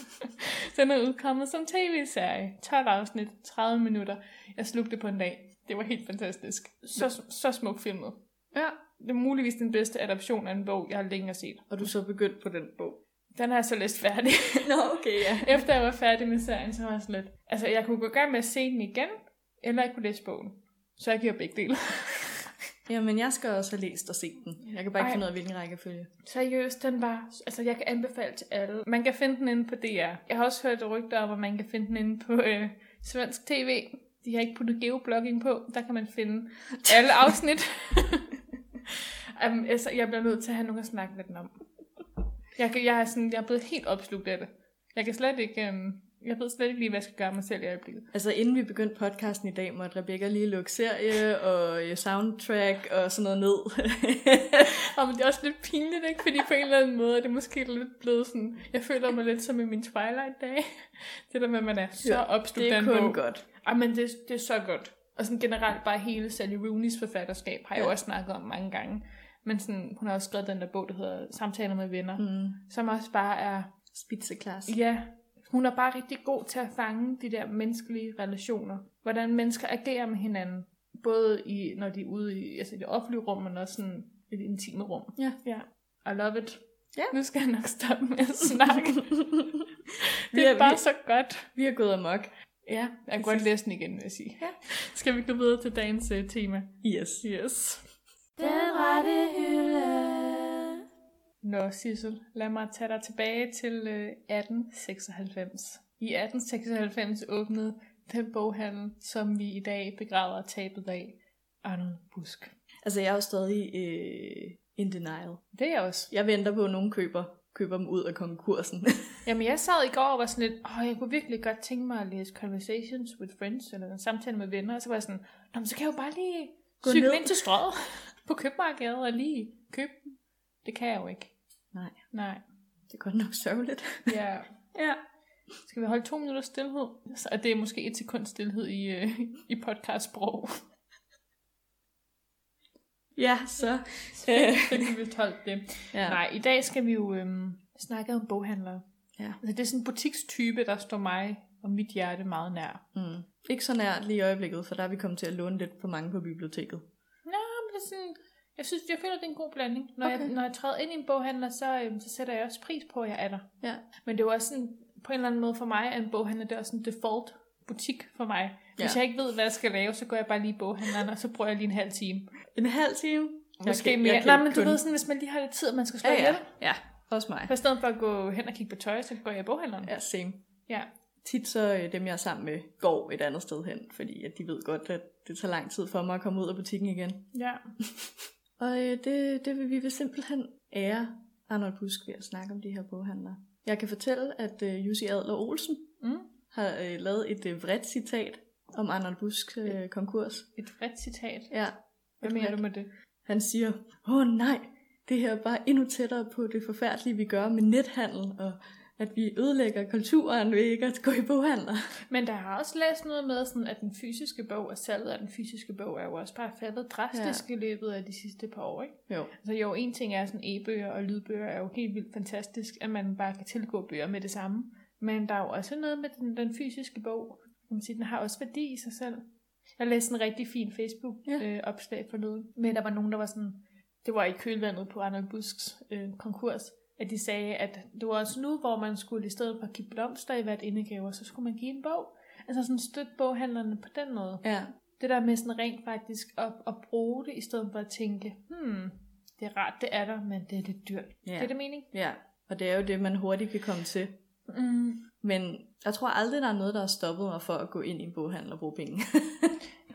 [SPEAKER 2] *laughs* den er udkommet som tv-serie. 12 afsnit, 30 minutter. Jeg slugte det på en dag. Det var helt fantastisk. Så, så smukt filmet.
[SPEAKER 1] Ja.
[SPEAKER 2] det er muligvis den bedste adaption af en bog, jeg har længere set.
[SPEAKER 1] Og du er så begyndt på den bog.
[SPEAKER 2] Den har jeg så læst færdig. *laughs*
[SPEAKER 1] Nå, okay, ja.
[SPEAKER 2] Efter jeg var færdig med serien, så var jeg sådan lidt... Altså, jeg kunne gå i gang med at se den igen, eller jeg kunne læse bogen. Så jeg gjorde begge dele. *laughs*
[SPEAKER 1] Jamen, jeg skal også have læst og set den. Jeg kan bare ikke
[SPEAKER 2] Ej.
[SPEAKER 1] finde ud af, hvilken rækkefølge.
[SPEAKER 2] Seriøst, den var... Altså, jeg kan anbefale til alle. Man kan finde den inde på DR. Jeg har også hørt rygter om, at man kan finde den inde på øh, svensk tv. De har ikke puttet geoblogging på. Der kan man finde alle afsnit. um, altså, jeg bliver nødt til at have nogen at snakke med den om. Jeg, kan, jeg, er sådan, jeg er blevet helt opslugt af det. Jeg kan slet ikke... Um, jeg ved slet ikke lige, hvad jeg skal gøre mig selv i øjeblikket.
[SPEAKER 1] Altså, inden vi begyndte podcasten i dag, måtte Rebecca lige lukke serie og øh, soundtrack og sådan noget ned.
[SPEAKER 2] Og men det er også lidt pinligt, ikke? Fordi på en eller anden måde er det måske lidt blevet sådan... Jeg føler mig lidt som i min Twilight-dage. Det der med, at man er *laughs* så
[SPEAKER 1] Ja,
[SPEAKER 2] opslugt
[SPEAKER 1] det
[SPEAKER 2] af
[SPEAKER 1] er
[SPEAKER 2] en
[SPEAKER 1] kun
[SPEAKER 2] bog.
[SPEAKER 1] godt.
[SPEAKER 2] Ej, men det, det er så godt. Og sådan generelt bare hele Sally Rooney's forfatterskab har jeg jo
[SPEAKER 1] Ja.
[SPEAKER 2] også snakket om mange gange. Men sådan, hun har også skrevet den der bog, der hedder Samtaler med venner, mm.
[SPEAKER 1] Mm.
[SPEAKER 2] som også bare er,
[SPEAKER 1] Spitzeklasse.
[SPEAKER 2] ja, hun er bare rigtig god til at fange de der menneskelige relationer. Hvordan mennesker agerer med hinanden. Både i, når de er ude i, altså i det offentlige rum, men også sådan i det intime rum. *laughs*
[SPEAKER 1] Ja.
[SPEAKER 2] ja. I love it.
[SPEAKER 1] Ja.
[SPEAKER 2] Nu skal jeg nok stoppe med at snakke.
[SPEAKER 1] *laughs* Vi
[SPEAKER 2] det
[SPEAKER 1] er-
[SPEAKER 2] er bare
[SPEAKER 1] vi-
[SPEAKER 2] så godt.
[SPEAKER 1] Vi har gået amok.
[SPEAKER 2] Ja, jeg kan
[SPEAKER 1] Præcis.
[SPEAKER 2] godt læse den igen, vil jeg sige.
[SPEAKER 1] Ja.
[SPEAKER 2] Skal vi gå videre til dagens uh, tema?
[SPEAKER 1] Yes.
[SPEAKER 2] Yes.
[SPEAKER 3] Den rette hylde.
[SPEAKER 2] Nå, Sissel, lad mig tage dig tilbage til uh, 1896. I 1896 åbnede den boghandel, som vi i dag begræder tabet af, Arnold Busk.
[SPEAKER 1] Altså, jeg er jo stadig øh, in denial.
[SPEAKER 2] Det er jeg også.
[SPEAKER 1] Jeg venter på, at nogen køber, køber dem ud af konkursen. *laughs*
[SPEAKER 2] Jamen, jeg sad i går og var sådan lidt, åh, jeg kunne virkelig godt tænke mig at læse Conversations with Friends, eller en samtale med venner, og så var jeg sådan, nå, men så kan jeg jo bare lige
[SPEAKER 1] Gå
[SPEAKER 2] gå cykle
[SPEAKER 1] ned."
[SPEAKER 2] ind til strøget *laughs* på købmarkedet og lige købe den. Det kan jeg jo ikke.
[SPEAKER 1] Nej.
[SPEAKER 2] Nej.
[SPEAKER 1] det er godt nok sørgeligt.
[SPEAKER 2] Ja.
[SPEAKER 1] Ja.
[SPEAKER 2] Skal vi holde to minutter stillhed? Så er det er måske et sekund stillhed i, øh, i *laughs* podcastsprog.
[SPEAKER 1] Ja, så.
[SPEAKER 2] så kan vi vist holde det.
[SPEAKER 1] *laughs* Ja.
[SPEAKER 2] Ja. Nej, i dag skal vi jo øhm, snakke om boghandlere.
[SPEAKER 1] Ja.
[SPEAKER 2] Altså, det er sådan en butikstype, der står mig og mit hjerte meget nær.
[SPEAKER 1] Mm. Ikke så nært lige i øjeblikket, for der er vi kommet til at låne lidt på mange på biblioteket.
[SPEAKER 2] Jamen, det er sådan, jeg synes, jeg føler, det er en god blanding. Når, okay. jeg,
[SPEAKER 1] Okay.
[SPEAKER 2] når jeg træder ind i en boghandler, så, øhm, så sætter jeg også pris på, at jeg er der.
[SPEAKER 1] Ja.
[SPEAKER 2] Men det er jo også sådan, på en eller anden måde for mig, at en boghandler, det er også en default butik for mig. Hvis
[SPEAKER 1] Ja.
[SPEAKER 2] jeg ikke ved, hvad jeg skal lave, så går jeg bare lige i boghandleren, og så bruger jeg lige en halv time.
[SPEAKER 1] En halv time?
[SPEAKER 2] Måske okay, mere. Nej, men du ved sådan, hvis man lige har lidt tid, og man skal slå
[SPEAKER 1] Ja, ja.
[SPEAKER 2] ihjel.
[SPEAKER 1] ja, også mig.
[SPEAKER 2] For i stedet for at gå hen og kigge på tøj, så går jeg i boghandleren.
[SPEAKER 1] Ja, same.
[SPEAKER 2] ja.
[SPEAKER 1] Tit så øh, dem, jeg er sammen med, går et andet sted hen, fordi at de ved godt, at det tager lang tid for mig at komme ud af butikken igen.
[SPEAKER 2] ja.
[SPEAKER 1] Og øh, det, det vil vi vil simpelthen ære Arnold Busk ved at snakke om de her boghandlere. Jeg kan fortælle, at øh, Jussi Adler Olsen
[SPEAKER 2] Mm.
[SPEAKER 1] har øh, lavet et øh, vredt citat om Arnold Busks øh, konkurs.
[SPEAKER 2] Et bredt citat.
[SPEAKER 1] Ja,
[SPEAKER 2] Hvad
[SPEAKER 1] Et
[SPEAKER 2] mener
[SPEAKER 1] bredt.
[SPEAKER 2] du med det?
[SPEAKER 1] Han siger, åh nej, det her er bare endnu tættere på det forfærdelige, vi gør med nethandel, og at vi ødelægger kulturen ved ikke at gå i boghandler.
[SPEAKER 2] Men der har også læst noget med, sådan, at den fysiske bog og salget af den fysiske bog er jo også bare faldet drastisk ja. i løbet af de sidste par år. Ikke?
[SPEAKER 1] Jo.
[SPEAKER 2] Altså jo, en ting er sådan e-bøger og lydbøger er jo helt vildt fantastisk, at man bare kan tilgå bøger med det samme. Men der er jo også noget med den, den fysiske bog. Kan man sige, den har også værdi i sig selv. Jeg læste en rigtig fin
[SPEAKER 1] Ja.
[SPEAKER 2] Facebook-opslag ja. øh, forleden, men der var nogen, der var sådan, det var i kølvandet på Arnold Busks øh, konkurs, at de sagde, at det var også nu, hvor man skulle i stedet for at give blomster i hvert indegave, så skulle man give en bog. Altså sådan støtte boghandlerne på den måde.
[SPEAKER 1] Ja,
[SPEAKER 2] Det der med sådan rent faktisk at, at bruge det, i stedet for at tænke, hmm, det er rart, det er der, men det er lidt dyrt. Ja. Det er det mening?
[SPEAKER 1] ja. Og det er jo det, man hurtigt kan komme til.
[SPEAKER 2] Mm.
[SPEAKER 1] Men jeg tror aldrig, der er noget, der har stoppet mig for at gå ind i en boghandel og bruge penge.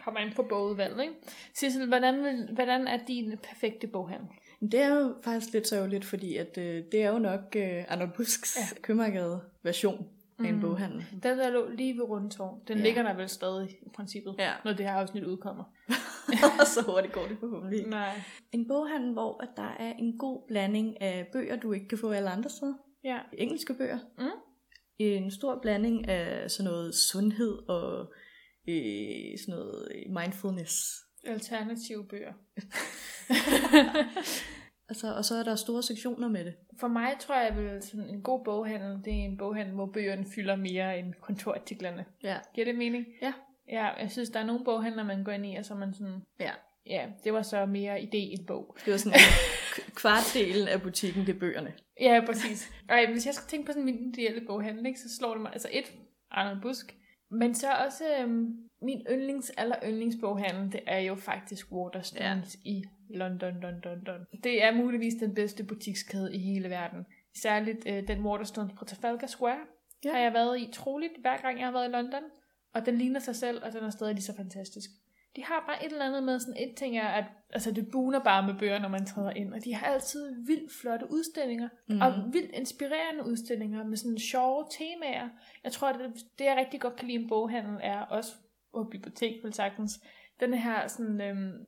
[SPEAKER 2] Kommer ind på bogudvalget, ikke? Sissel, hvordan, vil, hvordan er din perfekte boghandel?
[SPEAKER 1] Men det er jo faktisk lidt sørgeligt, fordi at, øh, det er jo nok øh, Arnold Busks ja.
[SPEAKER 2] Ja.
[SPEAKER 1] købmarked version af en
[SPEAKER 2] Mm.
[SPEAKER 1] boghandel.
[SPEAKER 2] Den der lå lige ved Rundetårn, den
[SPEAKER 1] Ja.
[SPEAKER 2] ja. ligger der vel stadig i princippet,
[SPEAKER 1] Ja.
[SPEAKER 2] når det her afsnit udkommer.
[SPEAKER 1] *laughs* og så hurtigt går det forhåbentlig.
[SPEAKER 2] Nej.
[SPEAKER 1] En boghandel, hvor at der er en god blanding af bøger, du ikke kan få alle andre steder.
[SPEAKER 2] Ja.
[SPEAKER 1] engelske bøger.
[SPEAKER 2] Mm.
[SPEAKER 1] En stor blanding af sådan noget sundhed og øh, sådan noget mindfulness.
[SPEAKER 2] Alternative bøger.
[SPEAKER 1] Altså, og så er der store sektioner med det.
[SPEAKER 2] *laughs* For mig tror jeg, at sådan en god boghandel, det er en boghandel, hvor bøgerne fylder mere end kontorartiklerne.
[SPEAKER 1] Ja.
[SPEAKER 2] Giver det mening?
[SPEAKER 1] Ja.
[SPEAKER 2] Ja, jeg synes, der er nogle boghandler, man går ind i, og så er man sådan
[SPEAKER 1] Ja.
[SPEAKER 2] Ja, det var så mere idé end bog.
[SPEAKER 1] Det var sådan
[SPEAKER 2] *laughs*
[SPEAKER 1] en kvartdelen af butikken, det er bøgerne.
[SPEAKER 2] Ja, præcis. Ej, hvis jeg skal tænke på sådan min ideelle boghandel, ikke, så slår det mig altså et, Arnold Busk. Men så også øhm, min yndlings, aller yndlingsboghandel, det er jo faktisk Waterstones ja. i London, London, London. Det er muligvis den bedste butikskæde i hele verden. Særligt øh, den Waterstones på Trafalgar Square
[SPEAKER 1] Ja.
[SPEAKER 2] ja. har jeg været i troligt, hver gang jeg har været i London. Og den ligner sig selv, og den er stadig lige så fantastisk. De har bare et eller andet med sådan et ting er, at altså det buner bare med bøger, når man træder ind. Og de har altid vildt flotte udstillinger.
[SPEAKER 1] Mhm.
[SPEAKER 2] Mm. Og vildt inspirerende udstillinger med sådan sjove temaer. Jeg tror, det, det jeg rigtig godt kan lide en boghandel er også, og bibliotek vel sagtens, den her sådan, øhm,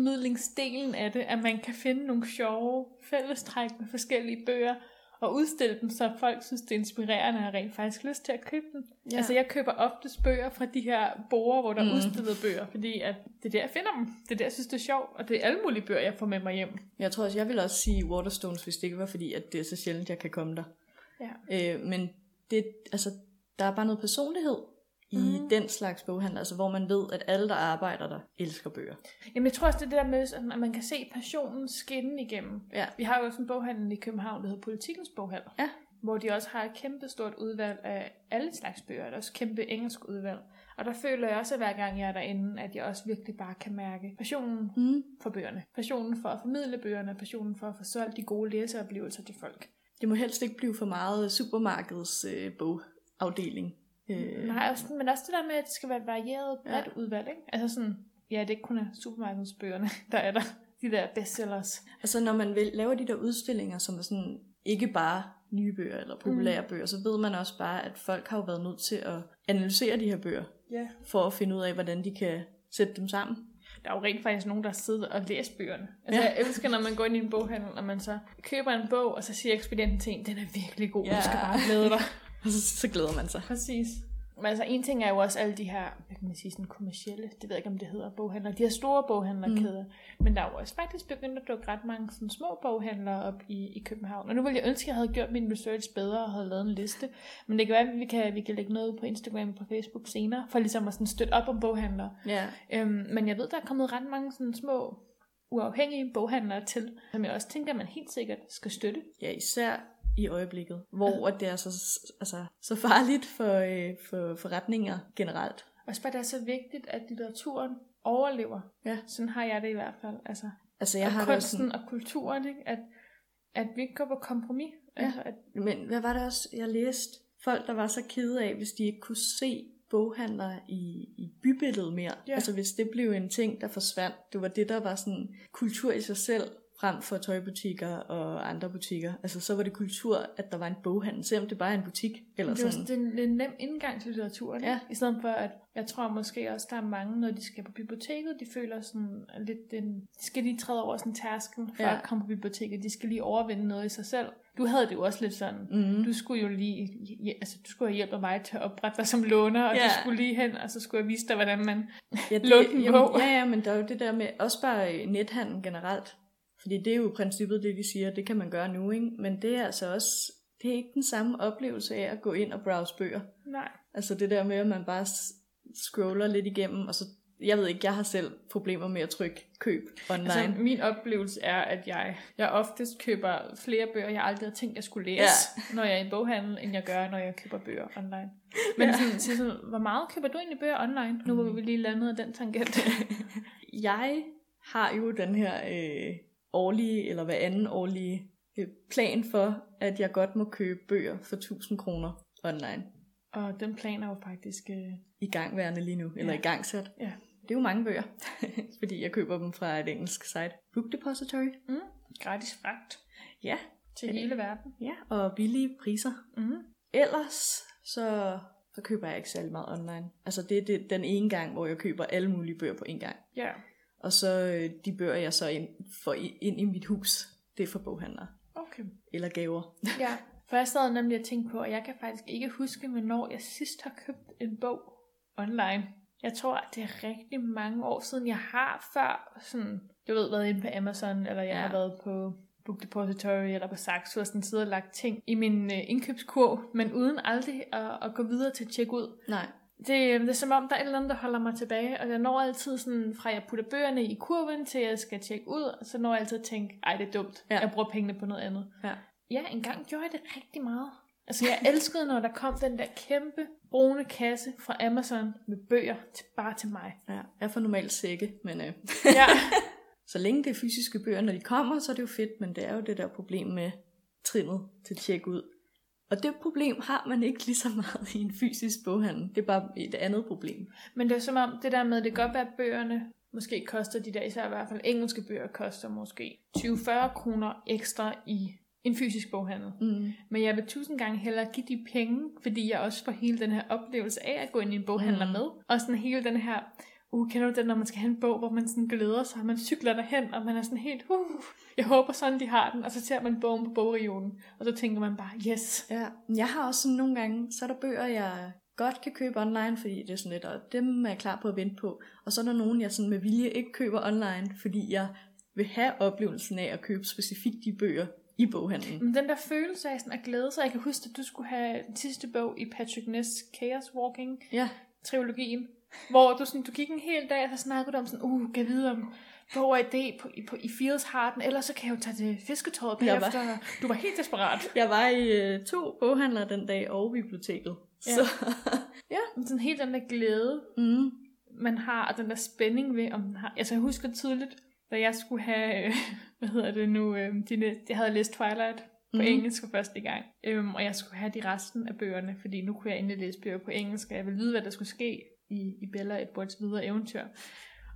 [SPEAKER 2] litteraturformidlingsdelen af det, at man kan finde nogle sjove fællestræk med forskellige bøger, og udstille dem, så folk synes, det er inspirerende og har rent faktisk lyst til at købe dem.
[SPEAKER 1] Ja.
[SPEAKER 2] Ja. Altså jeg køber oftest bøger fra de her borer, hvor der mm.
[SPEAKER 1] Mm.
[SPEAKER 2] er udstillede bøger, fordi at det er der, jeg finder dem. Det er der, jeg synes, det er sjovt, og det er alle mulige bøger, jeg får med mig hjem.
[SPEAKER 1] Jeg tror også, jeg ville også sige Waterstones, hvis det ikke var fordi, at det er så sjældent, jeg kan komme der.
[SPEAKER 2] Ja.
[SPEAKER 1] Øh, men det, altså, der er bare noget personlighed i mm.
[SPEAKER 2] Mhm.
[SPEAKER 1] den slags boghandel, altså hvor man ved, at alle, der arbejder der, elsker bøger.
[SPEAKER 2] Jamen jeg tror også, det er det der med, sådan, at man kan se passionen skinne igennem.
[SPEAKER 1] Ja.
[SPEAKER 2] Vi har jo også en boghandel i København, der hedder Politikens Boghandel.
[SPEAKER 1] Ja.
[SPEAKER 2] Hvor de også har et kæmpe stort udvalg af alle slags bøger. Der er også kæmpe engelsk udvalg. Og der føler jeg også, at hver gang jeg er derinde, at jeg også virkelig bare kan mærke passionen
[SPEAKER 1] Mm.
[SPEAKER 2] for bøgerne. Passionen for at formidle bøgerne, passionen for at få solgt de gode læseoplevelser til folk.
[SPEAKER 1] Det må helst ikke blive for meget supermarkedets øh, bogafdeling. Øh,
[SPEAKER 2] Nej, også, men også det der med, at det skal være et varieret,
[SPEAKER 1] Ja.
[SPEAKER 2] bredt ja. udvalg. Ikke? Altså sådan, ja, det er ikke kun er supermarkedsbøgerne, *laughs* der er der. De der bestsellers.
[SPEAKER 1] Altså når man vil, laver de der udstillinger, som er sådan ikke bare nye bøger eller populære mm. bøger, så ved man også bare, at folk har jo været nødt til at analysere de her bøger,
[SPEAKER 2] Ja.
[SPEAKER 1] for at finde ud af, hvordan de kan sætte dem sammen.
[SPEAKER 2] Der er jo rent faktisk nogen, der sidder og læser bøgerne. Altså,
[SPEAKER 1] Ja.
[SPEAKER 2] ja. jeg elsker, når man går ind i en boghandel, og man så køber en bog, og så siger ekspedienten til en, den er virkelig god, ja.
[SPEAKER 1] Ja.
[SPEAKER 2] du skal bare *laughs* glæde dig.
[SPEAKER 1] *laughs* Og så, så glæder man sig.
[SPEAKER 2] Præcis. Men altså, en ting er jo også alle de her, hvad kan man sige, sådan kommercielle, det ved jeg ikke, om det hedder, boghandler, de her store boghandlerkæder. Mm. Men der er jo også faktisk begyndt at dukke ret mange sådan små boghandlere op i, i København. Og nu ville jeg ønske, at jeg havde gjort min research bedre og havde lavet en liste. Men det kan være, at vi kan, vi kan lægge noget ud på Instagram og på Facebook senere, for ligesom at sådan støtte op om boghandlere.
[SPEAKER 1] Ja.
[SPEAKER 2] Øhm, men jeg ved, der er kommet ret mange sådan små uafhængige boghandlere til, som jeg også tænker, man helt sikkert skal støtte.
[SPEAKER 1] ja, især i øjeblikket, hvor at det er så, altså, så farligt for, øh, for forretninger generelt.
[SPEAKER 2] Og så det er så vigtigt, at litteraturen overlever.
[SPEAKER 1] Ja.
[SPEAKER 2] Sådan har jeg det i hvert fald. Altså,
[SPEAKER 1] Altså jeg
[SPEAKER 2] jeg og
[SPEAKER 1] har
[SPEAKER 2] har
[SPEAKER 1] det også
[SPEAKER 2] kunsten
[SPEAKER 1] sådan,
[SPEAKER 2] og kulturen, ikke? At, at vi ikke går på kompromis.
[SPEAKER 1] Ja.
[SPEAKER 2] Altså, at,
[SPEAKER 1] men hvad var det også, jeg læste? Folk, der var så kede af, hvis de ikke kunne se boghandlere i, i bybilledet mere.
[SPEAKER 2] Ja.
[SPEAKER 1] Altså hvis det blev en ting, der forsvandt. Det var det, der var sådan kultur i sig selv, frem for tøjbutikker og andre butikker. Altså så var det kultur, at der var en boghandel, selvom det bare er en butik. Eller
[SPEAKER 2] det, var,
[SPEAKER 1] sådan.
[SPEAKER 2] sådan- det, er en, det er en nem indgang til litteraturen.
[SPEAKER 1] Ja.
[SPEAKER 2] ikke? I stedet for, at jeg tror måske også, der er mange, når de skal på biblioteket, de føler sådan at lidt den... De skal lige træde over sådan tasken for
[SPEAKER 1] Ja.
[SPEAKER 2] ja. at komme på biblioteket. De skal lige overvinde noget i sig selv. Du havde det jo også lidt sådan.
[SPEAKER 1] Mm.
[SPEAKER 2] Du skulle jo lige, ja, altså du skulle have hjælp af mig til at oprette dig som låner, og ja.
[SPEAKER 1] Ja.
[SPEAKER 2] du skulle lige hen, og så skulle jeg vise dig, hvordan man...
[SPEAKER 1] Ja, det,
[SPEAKER 2] Lukke en
[SPEAKER 1] jamen,
[SPEAKER 2] bog.
[SPEAKER 1] ja, ja, men der er jo det der med, også bare øh, nethandel generelt. Fordi det er jo i princippet det, de siger, det kan man gøre nu, ikke? Men det er altså også, det er ikke den samme oplevelse af at gå ind og browse bøger.
[SPEAKER 2] Nej.
[SPEAKER 1] Altså det der med, at man bare s- scroller lidt igennem, og så, jeg ved ikke, jeg har selv problemer med at trykke køb online.
[SPEAKER 2] Altså, *laughs* min oplevelse er, at jeg, jeg oftest køber flere bøger, jeg aldrig havde tænkt, jeg skulle læse,
[SPEAKER 1] Ja.
[SPEAKER 2] ja. når jeg er i boghandel, end jeg gør, når jeg køber bøger
[SPEAKER 1] *laughs*
[SPEAKER 2] online. Men ja. sådan, så sådan, hvor meget køber du egentlig bøger online, nu
[SPEAKER 1] Mm.
[SPEAKER 2] hvor vi lige landede af den tangent? *laughs*
[SPEAKER 1] jeg har jo den her øh, årlige, eller hver anden årlige øh, plan for, at jeg godt må købe bøger for 1000 kroner online.
[SPEAKER 2] Og den plan er jo faktisk... Øh,
[SPEAKER 1] i gangværende lige nu, eller
[SPEAKER 2] Ja.
[SPEAKER 1] i gangsat.
[SPEAKER 2] Ja.
[SPEAKER 1] Det er jo mange bøger, *laughs* fordi jeg køber dem fra et engelsk site. Book Depository.
[SPEAKER 2] mm, gratis fragt
[SPEAKER 1] Ja,
[SPEAKER 2] til
[SPEAKER 1] Ja.
[SPEAKER 2] hele verden.
[SPEAKER 1] ja. og billige priser.
[SPEAKER 2] Mm.
[SPEAKER 1] Ellers så, så køber jeg ikke særlig meget online. Altså det er det, den ene gang, hvor jeg køber alle mulige bøger på en gang.
[SPEAKER 2] Ja.
[SPEAKER 1] Og så øh, de bøger, jeg så ind, får i- ind i mit hus, det er fra boghandlere.
[SPEAKER 2] Okay.
[SPEAKER 1] Eller gaver.
[SPEAKER 2] Ja, for jeg sad nemlig og tænkte på, at jeg kan faktisk ikke huske, hvornår jeg sidst har købt en bog online. Jeg tror, at det er rigtig mange år siden, jeg har før sådan, du ved, været inde på Amazon, eller jeg
[SPEAKER 1] Ja.
[SPEAKER 2] ja. har været på Book Depository eller på Saxo, og sådan siddet og lagt ting i min øh, indkøbskurv, men uden aldrig at, at gå videre til tjek ud.
[SPEAKER 1] Nej.
[SPEAKER 2] det, det er som om, der er et eller andet, der holder mig tilbage, og jeg når altid sådan, fra jeg putter bøgerne i kurven, til jeg skal tjekke ud, og så når jeg altid at tænke, ej det er dumt,
[SPEAKER 1] Ja.
[SPEAKER 2] ja. jeg bruger pengene på noget andet.
[SPEAKER 1] Ja.
[SPEAKER 2] ja, engang gjorde jeg det rigtig meget. Altså jeg elskede, når der kom den der kæmpe brune kasse fra Amazon med bøger til, bare til mig.
[SPEAKER 1] Ja, jeg får normalt sække, men øh,
[SPEAKER 2] Ja,
[SPEAKER 1] så længe det er fysiske bøger, når de kommer, så er det jo fedt, men det er jo det der problem med trinnet til tjek ud. Og det problem har man ikke lige så meget i en fysisk boghandel. Det er bare et andet problem.
[SPEAKER 2] *laughs* men det er som om, det der med, det kan godt være, at bøgerne måske koster de der, især i hvert fald engelske bøger, koster måske 20-40 kroner ekstra i en fysisk boghandel.
[SPEAKER 1] Mm.
[SPEAKER 2] Men jeg vil tusind gange hellere give de penge, fordi jeg også får hele den her oplevelse af at gå ind i en boghandler
[SPEAKER 1] Mm.
[SPEAKER 2] mm. med. Og sådan hele den her, uh, kender du den, når man skal have en bog, hvor man sådan glæder sig, og man cykler derhen, og man er sådan helt, uh, jeg håber sådan, de har den. Og så ser man bogen på bogregionen, og så tænker man bare, yes.
[SPEAKER 1] Ja, men jeg har også sådan nogle gange, så er der bøger, jeg godt kan købe online, fordi det er sådan lidt, og dem er jeg klar på at vente på. Og så er der nogen, jeg sådan med vilje ikke køber online, fordi jeg vil have oplevelsen af at købe specifikt de bøger i boghandlen.
[SPEAKER 2] Men den der følelse af sådan at glæde sig, jeg kan huske, at du skulle have den sidste bog i Patrick Ness' Chaos Walking,
[SPEAKER 1] Ja,
[SPEAKER 2] trilogien, hvor du, sådan, du gik en hel dag, og så snakkede du om sådan, uh, kan jeg vide om bog og idé på, i, på, i Fields Harden, ellers så kan jeg jo tage til fisketåret
[SPEAKER 1] Jeg var-
[SPEAKER 2] bagefter. Du var helt desperat.
[SPEAKER 1] jeg var i øh, to boghandlere den dag og biblioteket.
[SPEAKER 2] Ja.
[SPEAKER 1] Så,
[SPEAKER 2] Men Sådan helt den der glæde,
[SPEAKER 1] mm,
[SPEAKER 2] man har, og den der spænding ved, om den har... Altså, jeg husker tydeligt, da jeg skulle have, øh, hvad hedder det nu, øh, dine, jeg havde læst Twilight på
[SPEAKER 1] Mhm.
[SPEAKER 2] mm-hmm. engelsk for første gang, øhm, og jeg skulle have de resten af bøgerne, fordi nu kunne jeg endelig læse bøger på engelsk, og jeg ville vide, hvad der skulle ske i, i Bella Edwards videre eventyr.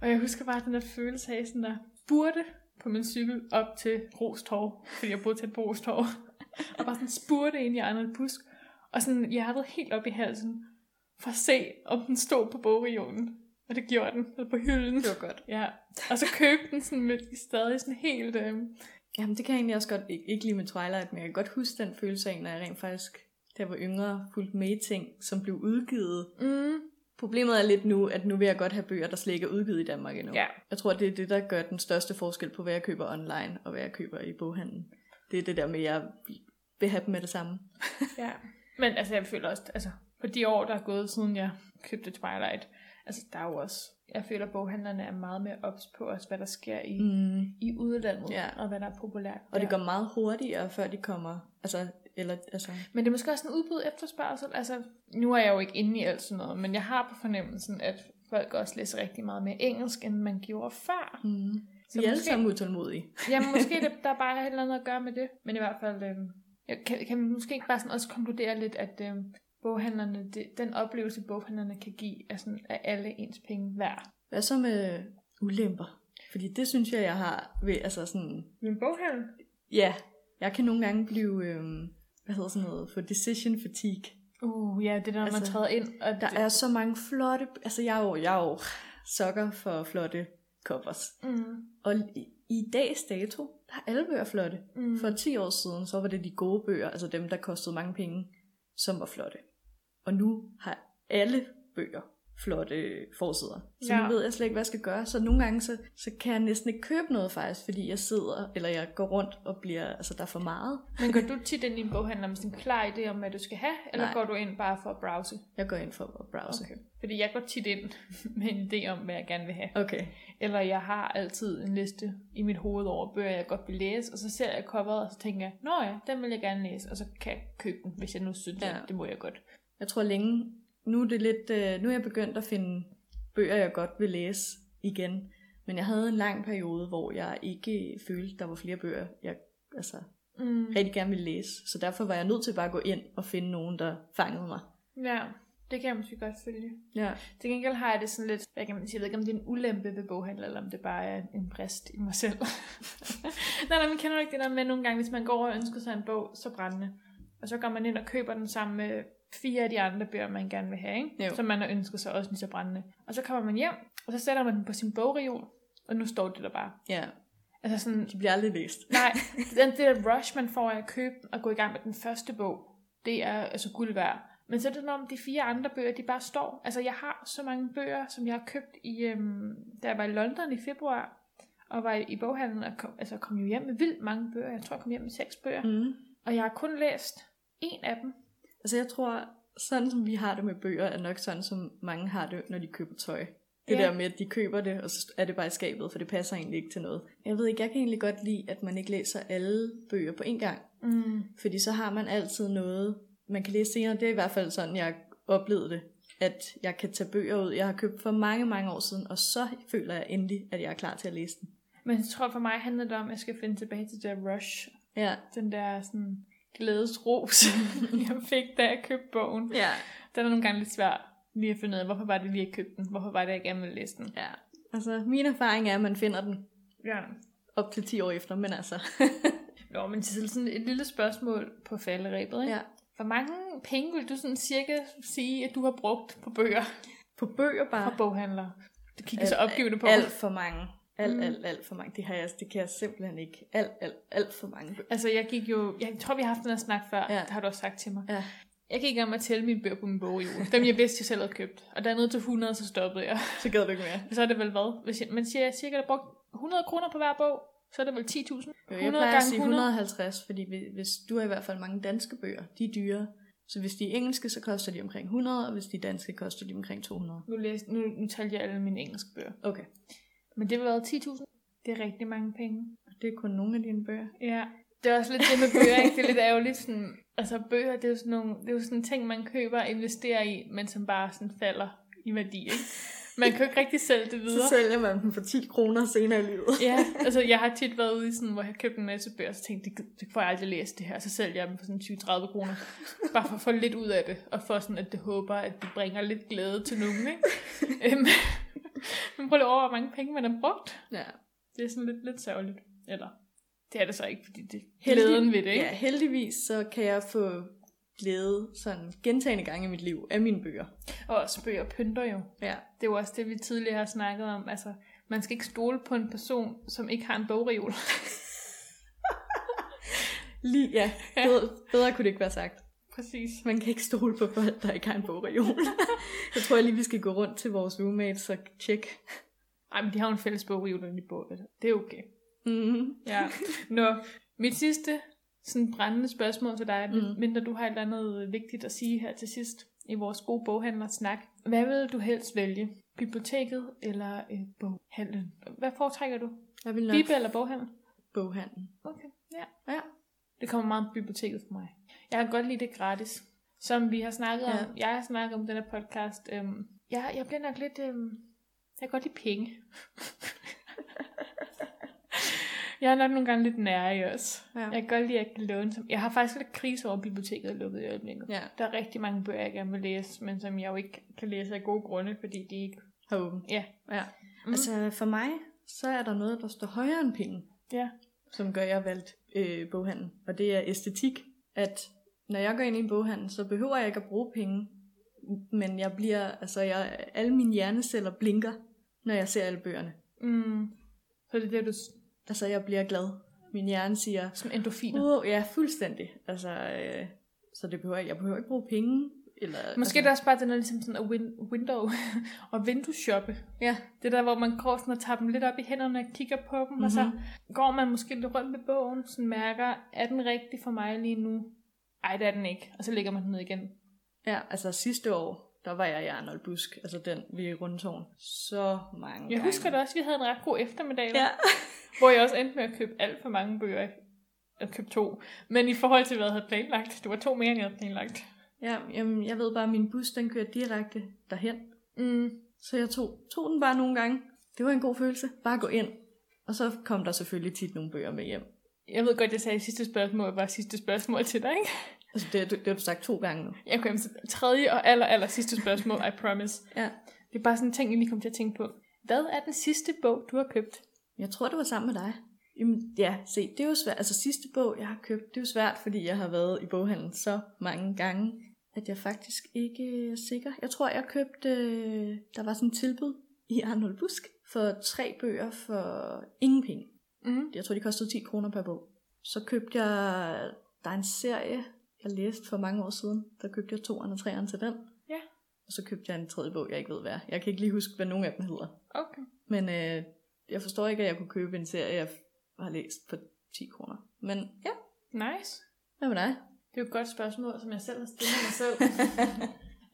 [SPEAKER 2] Og jeg husker bare den der følelse af sådan der, burde på min cykel op til Rostorv, fordi jeg boede tæt på Rostorv, *laughs* og bare sådan spurgte ind i Arnold Busk, og sådan hjertet helt op i halsen, for at se, om den stod på bogregionen. Og det gjorde den, eller på hylden.
[SPEAKER 1] det var godt.
[SPEAKER 2] Ja, og så købte den sådan med stadig sådan helt... Øh,
[SPEAKER 1] Jamen, det kan jeg egentlig også godt, ikke, ikke lige med Twilight, men jeg kan godt huske den følelse af, når jeg rent faktisk, da jeg var yngre, fulgte med i ting, som blev udgivet.
[SPEAKER 2] mm,
[SPEAKER 1] Problemet er lidt nu, at nu vil jeg godt have bøger, der slet ikke er udgivet i Danmark endnu.
[SPEAKER 2] ja.
[SPEAKER 1] Jeg tror, det er det, der gør den største forskel på, hvad jeg køber online og hvad jeg køber i boghandlen. Det er det der med, at jeg vil have dem med det samme.
[SPEAKER 2] ja. Men altså, jeg føler også, altså, på de år, der er gået, siden jeg købte Twilight, altså, der er jo også... Jeg føler, at boghandlerne er meget mere ops på også, hvad der sker i, mm.
[SPEAKER 1] Mm.
[SPEAKER 2] i udlandet,
[SPEAKER 1] Ja.
[SPEAKER 2] og hvad der er populært.
[SPEAKER 1] Og det
[SPEAKER 2] der.
[SPEAKER 1] går meget hurtigere, før de kommer. Altså, eller, altså,
[SPEAKER 2] Men det er måske også en udbud efterspørgsel. Altså, nu er jeg jo ikke inde i alt sådan noget, men jeg har på fornemmelsen, at folk også læser rigtig meget mere engelsk, end man gjorde før.
[SPEAKER 1] mm.
[SPEAKER 2] Så
[SPEAKER 1] vi er alle
[SPEAKER 2] måske-
[SPEAKER 1] sammen utålmodige.
[SPEAKER 2] Jamen, måske det, der bare er et eller andet at gøre med det. Men i hvert fald, øh, jeg kan, kan man måske ikke bare sådan også konkludere lidt, at øh, boghandlerne, det, den oplevelse, boghandlerne kan give, er, sådan, er alle ens penge værd.
[SPEAKER 1] Hvad så med ulemper? Fordi det synes jeg, jeg har ved, altså sådan,
[SPEAKER 2] Men boghandel?
[SPEAKER 1] ja, jeg kan nogle gange blive, øhm, hvad hedder sådan noget, for decision fatigue.
[SPEAKER 2] Uh, ja, det der, når altså, man
[SPEAKER 1] Altså,
[SPEAKER 2] træder ind. Og
[SPEAKER 1] Der
[SPEAKER 2] det,
[SPEAKER 1] er så mange flotte, altså jeg er jo, jeg er jo sokker for flotte covers.
[SPEAKER 2] Mm,
[SPEAKER 1] Og i, i dags dato, der er alle bøger flotte.
[SPEAKER 2] mm.
[SPEAKER 1] For 10 år siden, så var det de gode bøger, altså dem, der kostede mange penge, som var flotte. Og nu har alle bøger flotte øh, forsider. Så ja.
[SPEAKER 2] Ja.
[SPEAKER 1] nu ved jeg slet ikke, hvad jeg skal gøre. Så nogle gange, så, så kan jeg næsten ikke købe noget faktisk, fordi jeg sidder, eller jeg går rundt og bliver, altså der er for meget.
[SPEAKER 2] Men går du tit ind i en boghandler med sådan en klar idé om, hvad du skal have, eller
[SPEAKER 1] Nej.
[SPEAKER 2] Nej. går du ind bare for at browse?
[SPEAKER 1] Jeg går ind for at browse.
[SPEAKER 2] Okay. Fordi jeg går tit ind *laughs* med en idé om, hvad jeg gerne vil have.
[SPEAKER 1] Okay.
[SPEAKER 2] Eller jeg har altid en liste i mit hoved over bøger, jeg godt vil læse, og så ser jeg coveret, og så tænker jeg, nå ja, den vil jeg gerne læse, og så kan jeg købe den, hvis jeg nu synes,
[SPEAKER 1] Ja.
[SPEAKER 2] ja. at det må jeg godt.
[SPEAKER 1] Jeg tror længe, nu er, det lidt, øh, nu er jeg begyndt at finde bøger, jeg godt vil læse igen. Men jeg havde en lang periode, hvor jeg ikke følte, der var flere bøger, jeg altså,
[SPEAKER 2] Mm.
[SPEAKER 1] rigtig gerne ville læse. Så derfor var jeg nødt til bare at gå ind og finde nogen, der fangede mig.
[SPEAKER 2] Ja, det kan jeg måske godt følge.
[SPEAKER 1] Ja.
[SPEAKER 2] Til gengæld har jeg det sådan lidt, hvad kan man sige, jeg ved ikke, om det er en ulempe ved boghandler, eller om det bare er en brist i mig selv. *laughs* nej, nej, men kender du ikke det der med nogle gange, hvis man går og ønsker sig en bog, så brændende. Og så går man ind og køber den sammen med fire af de andre bøger, man gerne vil have, ikke?
[SPEAKER 1] Jo.
[SPEAKER 2] som man har ønsket sig også lige så brændende. Og så kommer man hjem, og så sætter man den på sin bogreol, og nu står det der bare.
[SPEAKER 1] ja.
[SPEAKER 2] Altså sådan,
[SPEAKER 1] De bliver aldrig læst.
[SPEAKER 2] nej, den, det der rush, man får af at købe den og gå i gang med den første bog, det er altså guld værd. Men så er det sådan om, de fire andre bøger, de bare står. Altså, jeg har så mange bøger, som jeg har købt, i, øhm, da jeg var i London i februar, og var i, i boghandlen, og kom, altså, kom jo hjem med vildt mange bøger. Jeg tror, jeg kom hjem med seks bøger. Mm.
[SPEAKER 1] Mm.
[SPEAKER 2] Og jeg har kun læst en af dem.
[SPEAKER 1] Altså jeg tror, sådan som vi har det med bøger, er nok sådan, som mange har det, når de køber tøj. Det
[SPEAKER 2] Ja.
[SPEAKER 1] der med, at de køber det, og så er det bare i skabet, for det passer egentlig ikke til noget. Jeg ved ikke, jeg kan egentlig godt lide, at man ikke læser alle bøger på én gang.
[SPEAKER 2] Mm.
[SPEAKER 1] Fordi så har man altid noget, man kan læse senere. Det er i hvert fald sådan, jeg oplevede det. At jeg kan tage bøger ud, jeg har købt for mange, mange år siden, og så føler jeg endelig, at jeg er klar til at læse den.
[SPEAKER 2] Men jeg tror for mig handler det om, at jeg skal finde tilbage til det der rush.
[SPEAKER 1] Ja.
[SPEAKER 2] Den der sådan glædesros, *laughs* jeg fik, da jeg købte bogen.
[SPEAKER 1] Ja.
[SPEAKER 2] Den er nogle gange lidt svær lige at finde ud af, hvorfor var det lige, jeg købte den? Hvorfor var det, jeg gerne ville læse den?
[SPEAKER 1] ja. Altså, min erfaring er, at man finder den
[SPEAKER 2] Ja.
[SPEAKER 1] op til 10 år efter, men altså.
[SPEAKER 2] Nå, men til sådan et lille spørgsmål på falderæbet, ikke?
[SPEAKER 1] ja.
[SPEAKER 2] Hvor mange penge vil du sådan cirka sige, at du har brugt på bøger
[SPEAKER 1] På bøger bare.
[SPEAKER 2] fra boghandlere? Du kigger så
[SPEAKER 1] Alt-
[SPEAKER 2] opgivende på.
[SPEAKER 1] Alt for mange. Alt,
[SPEAKER 2] Mm.
[SPEAKER 1] alt, alt for mange. Det, har jeg, det kan jeg simpelthen ikke. Alt, alt, alt for mange bøger.
[SPEAKER 2] Altså, jeg gik jo... Jeg tror, vi har haft den her snak før.
[SPEAKER 1] Ja.
[SPEAKER 2] Ja. Det har du også sagt til mig.
[SPEAKER 1] Ja.
[SPEAKER 2] Jeg gik om at tælle mine bøger på min boghjul. Dem, jeg vidste, jeg selv havde købt. Og der er nede til 100, så stoppede jeg. *laughs*
[SPEAKER 1] Så gad du ikke mere.
[SPEAKER 2] Så er det vel hvad? Hvis jeg, man siger, at jeg cirka har brugt 100 kroner på hver bog, så er det vel 10.000?
[SPEAKER 1] Jeg
[SPEAKER 2] 100
[SPEAKER 1] plejer at
[SPEAKER 2] gange
[SPEAKER 1] sige
[SPEAKER 2] 100.
[SPEAKER 1] 150, fordi vi- hvis du har i hvert fald mange danske bøger, de er dyre. Så hvis de er engelske, så koster de omkring 100, og hvis de er danske, koster de omkring 200.
[SPEAKER 2] Nu, læs, nu, nu talte jeg alle mine engelske bøger.
[SPEAKER 1] Okay.
[SPEAKER 2] Men det har været 10.000. Det er rigtig mange penge.
[SPEAKER 1] Det er kun nogle af dine bøger.
[SPEAKER 2] Ja, det er også lidt det med bøger, ikke? Det er lidt ærgerligt sådan, altså bøger, det er jo sådan nogle, det er jo sådan ting, man køber og investerer i, men som bare sådan falder i værdi, ikke? Man kan jo ikke rigtig sælge det videre.
[SPEAKER 1] sælger man dem for 10 kroner senere i
[SPEAKER 2] *laughs*
[SPEAKER 1] livet.
[SPEAKER 2] Ja, altså jeg har tit været ude i sådan, hvor jeg har købt en masse bøger, og så tænkte jeg, det, det får jeg aldrig læst det her, og så sælger jeg dem for sådan 20-30 kroner, bare for at få lidt ud af det, og for sådan, at det håber, at det bringer lidt glæde til nogen, *laughs* ikke? Øhm, men prøv lige over, hvor mange penge man har brugt.
[SPEAKER 1] Ja.
[SPEAKER 2] Det er sådan lidt, lidt sørgeligt, eller det er det så ikke, fordi det er
[SPEAKER 1] Heldig-
[SPEAKER 2] glæden ved det, ikke?
[SPEAKER 1] ja, heldigvis så kan jeg få glæde sådan gentagende gange i mit liv af mine bøger.
[SPEAKER 2] Og også bøger pynter jo.
[SPEAKER 1] Ja.
[SPEAKER 2] Det er jo også det, vi tidligere har snakket om. Altså, man skal ikke stole på en person, som ikke har en bogreol. *laughs*
[SPEAKER 1] Lige,
[SPEAKER 2] *laughs*
[SPEAKER 1] ja. Bedre, bedre kunne det ikke være sagt.
[SPEAKER 2] Præcis.
[SPEAKER 1] Man kan ikke stole på folk, der ikke har en *laughs* bogreol. jeg tror lige, vi skal gå rundt til vores roommates og tjekke.
[SPEAKER 2] Ej, men de har jo en fælles bogreol, og de bor ved det. altså. Det er okay.
[SPEAKER 1] Mm-hmm.
[SPEAKER 2] Ja. *laughs* Nå, mit sidste sådan brændende spørgsmål til dig,
[SPEAKER 1] Mm.
[SPEAKER 2] mm. mindre du har et eller andet vigtigt at sige her til sidst i vores gode boghandlers snak. Hvad vil du helst vælge? Biblioteket eller øh, boghandlen? Hvad foretrækker du?
[SPEAKER 1] Jeg vil nok
[SPEAKER 2] Bibel eller boghandel?
[SPEAKER 1] boghandlen.
[SPEAKER 2] Okay, ja.
[SPEAKER 1] Ja.
[SPEAKER 2] Det kommer meget på biblioteket for mig. Jeg kan godt lide det gratis, som vi har snakket
[SPEAKER 1] Ja.
[SPEAKER 2] ja. om. Jeg har snakket om den her podcast. Øhm, jeg, jeg bliver nok lidt... Øhm, jeg kan godt lide *laughs* penge. jeg er nok nogle gange lidt nære i også.
[SPEAKER 1] Ja.
[SPEAKER 2] Jeg kan godt lide, at jeg kan låne. Som, jeg har faktisk lidt krise over at biblioteket er lukket i øjeblikket.
[SPEAKER 1] Ja,
[SPEAKER 2] Der er rigtig mange bøger, jeg gerne vil læse, men som jeg jo ikke kan læse af gode grunde, fordi de ikke...
[SPEAKER 1] har åben.
[SPEAKER 2] Ja.
[SPEAKER 1] ja. Mm.
[SPEAKER 2] Mm.
[SPEAKER 1] Altså for mig, så er der noget, der står højere end penge,
[SPEAKER 2] Ja.
[SPEAKER 1] som gør, at jeg har valgt øh, boghandlen. Og det er æstetik, at når jeg går ind i en boghandel, så behøver jeg ikke at bruge penge, men jeg bliver, altså jeg, alle mine hjerneceller blinker, når jeg ser alle bøgerne.
[SPEAKER 2] Mm, så det er det, du... s-
[SPEAKER 1] Altså jeg bliver glad. Min hjerne siger,
[SPEAKER 2] Som endorfiner.
[SPEAKER 1] Uh, ja, fuldstændig. Altså, øh, så det behøver, jeg behøver ikke bruge penge. Eller,
[SPEAKER 2] Måske det
[SPEAKER 1] altså,
[SPEAKER 2] er også bare den der ligesom sådan at win- window *laughs* og vindueshoppe.
[SPEAKER 1] Ja,
[SPEAKER 2] Det der, hvor man går sådan og tager dem lidt op i hænderne og kigger på dem, mm-hmm. og så
[SPEAKER 1] Mhm.
[SPEAKER 2] går man måske lidt rundt med bogen, sådan mærker, er den rigtig for mig lige nu? Ej, det er den ikke. Og så lægger man den ned igen.
[SPEAKER 1] ja, altså sidste år, der var jeg i Arnold Busk, altså den ved Rundtårn. Så mange
[SPEAKER 2] Jeg
[SPEAKER 1] gange.
[SPEAKER 2] husker da også, vi havde en ret god eftermiddag,
[SPEAKER 1] Ja.
[SPEAKER 2] ja. hvor jeg også endte med at købe alt for mange bøger. Jeg købte to. Men i forhold til, hvad jeg havde planlagt, det var to mere, end jeg havde planlagt.
[SPEAKER 1] ja jamen, jeg ved bare, at min bus, den kører direkte derhen.
[SPEAKER 2] Mm.
[SPEAKER 1] Så jeg tog, tog den bare nogle gange. Det var en god følelse. Bare gå ind. Og så kom der selvfølgelig tit nogle bøger med hjem.
[SPEAKER 2] Jeg ved godt, jeg sagde, at sidste spørgsmål var sidste spørgsmål til dig, ikke?
[SPEAKER 1] Altså, det, det, det har du sagt to gange nu.
[SPEAKER 2] Jeg kom til tredje og aller, aller sidste spørgsmål, I promise.
[SPEAKER 1] Ja.
[SPEAKER 2] Det er bare sådan en ting, jeg lige kom til at tænke på. Hvad er den sidste bog, du har købt?
[SPEAKER 1] Jeg tror, det var sammen med dig. Jamen, ja, se, det er jo svært. Altså sidste bog, jeg har købt, det er jo svært, fordi jeg har været i boghandlen så mange gange, at jeg faktisk ikke er sikker. Jeg tror, jeg købte, øh, der var sådan et tilbud i Arnold Busk, for tre bøger for ingen penge.
[SPEAKER 2] Mm.
[SPEAKER 1] Jeg tror, de kostede 10 kroner per bog. Så købte jeg, der er en serie, jeg læste for mange år siden, der købte jeg toeren og treeren til den.
[SPEAKER 2] Ja.
[SPEAKER 1] Og så købte jeg en tredje bog, jeg ikke ved hvad. er. Jeg kan ikke lige huske, hvad nogen af dem hedder.
[SPEAKER 2] Okay.
[SPEAKER 1] Men øh, jeg forstår ikke, at jeg kunne købe en serie, jeg har læst for 10 kroner. Men ja,
[SPEAKER 2] Nice. *laughs*
[SPEAKER 1] hvad med dig?
[SPEAKER 2] Det er jo et godt spørgsmål, som jeg selv har stillet mig selv. *laughs*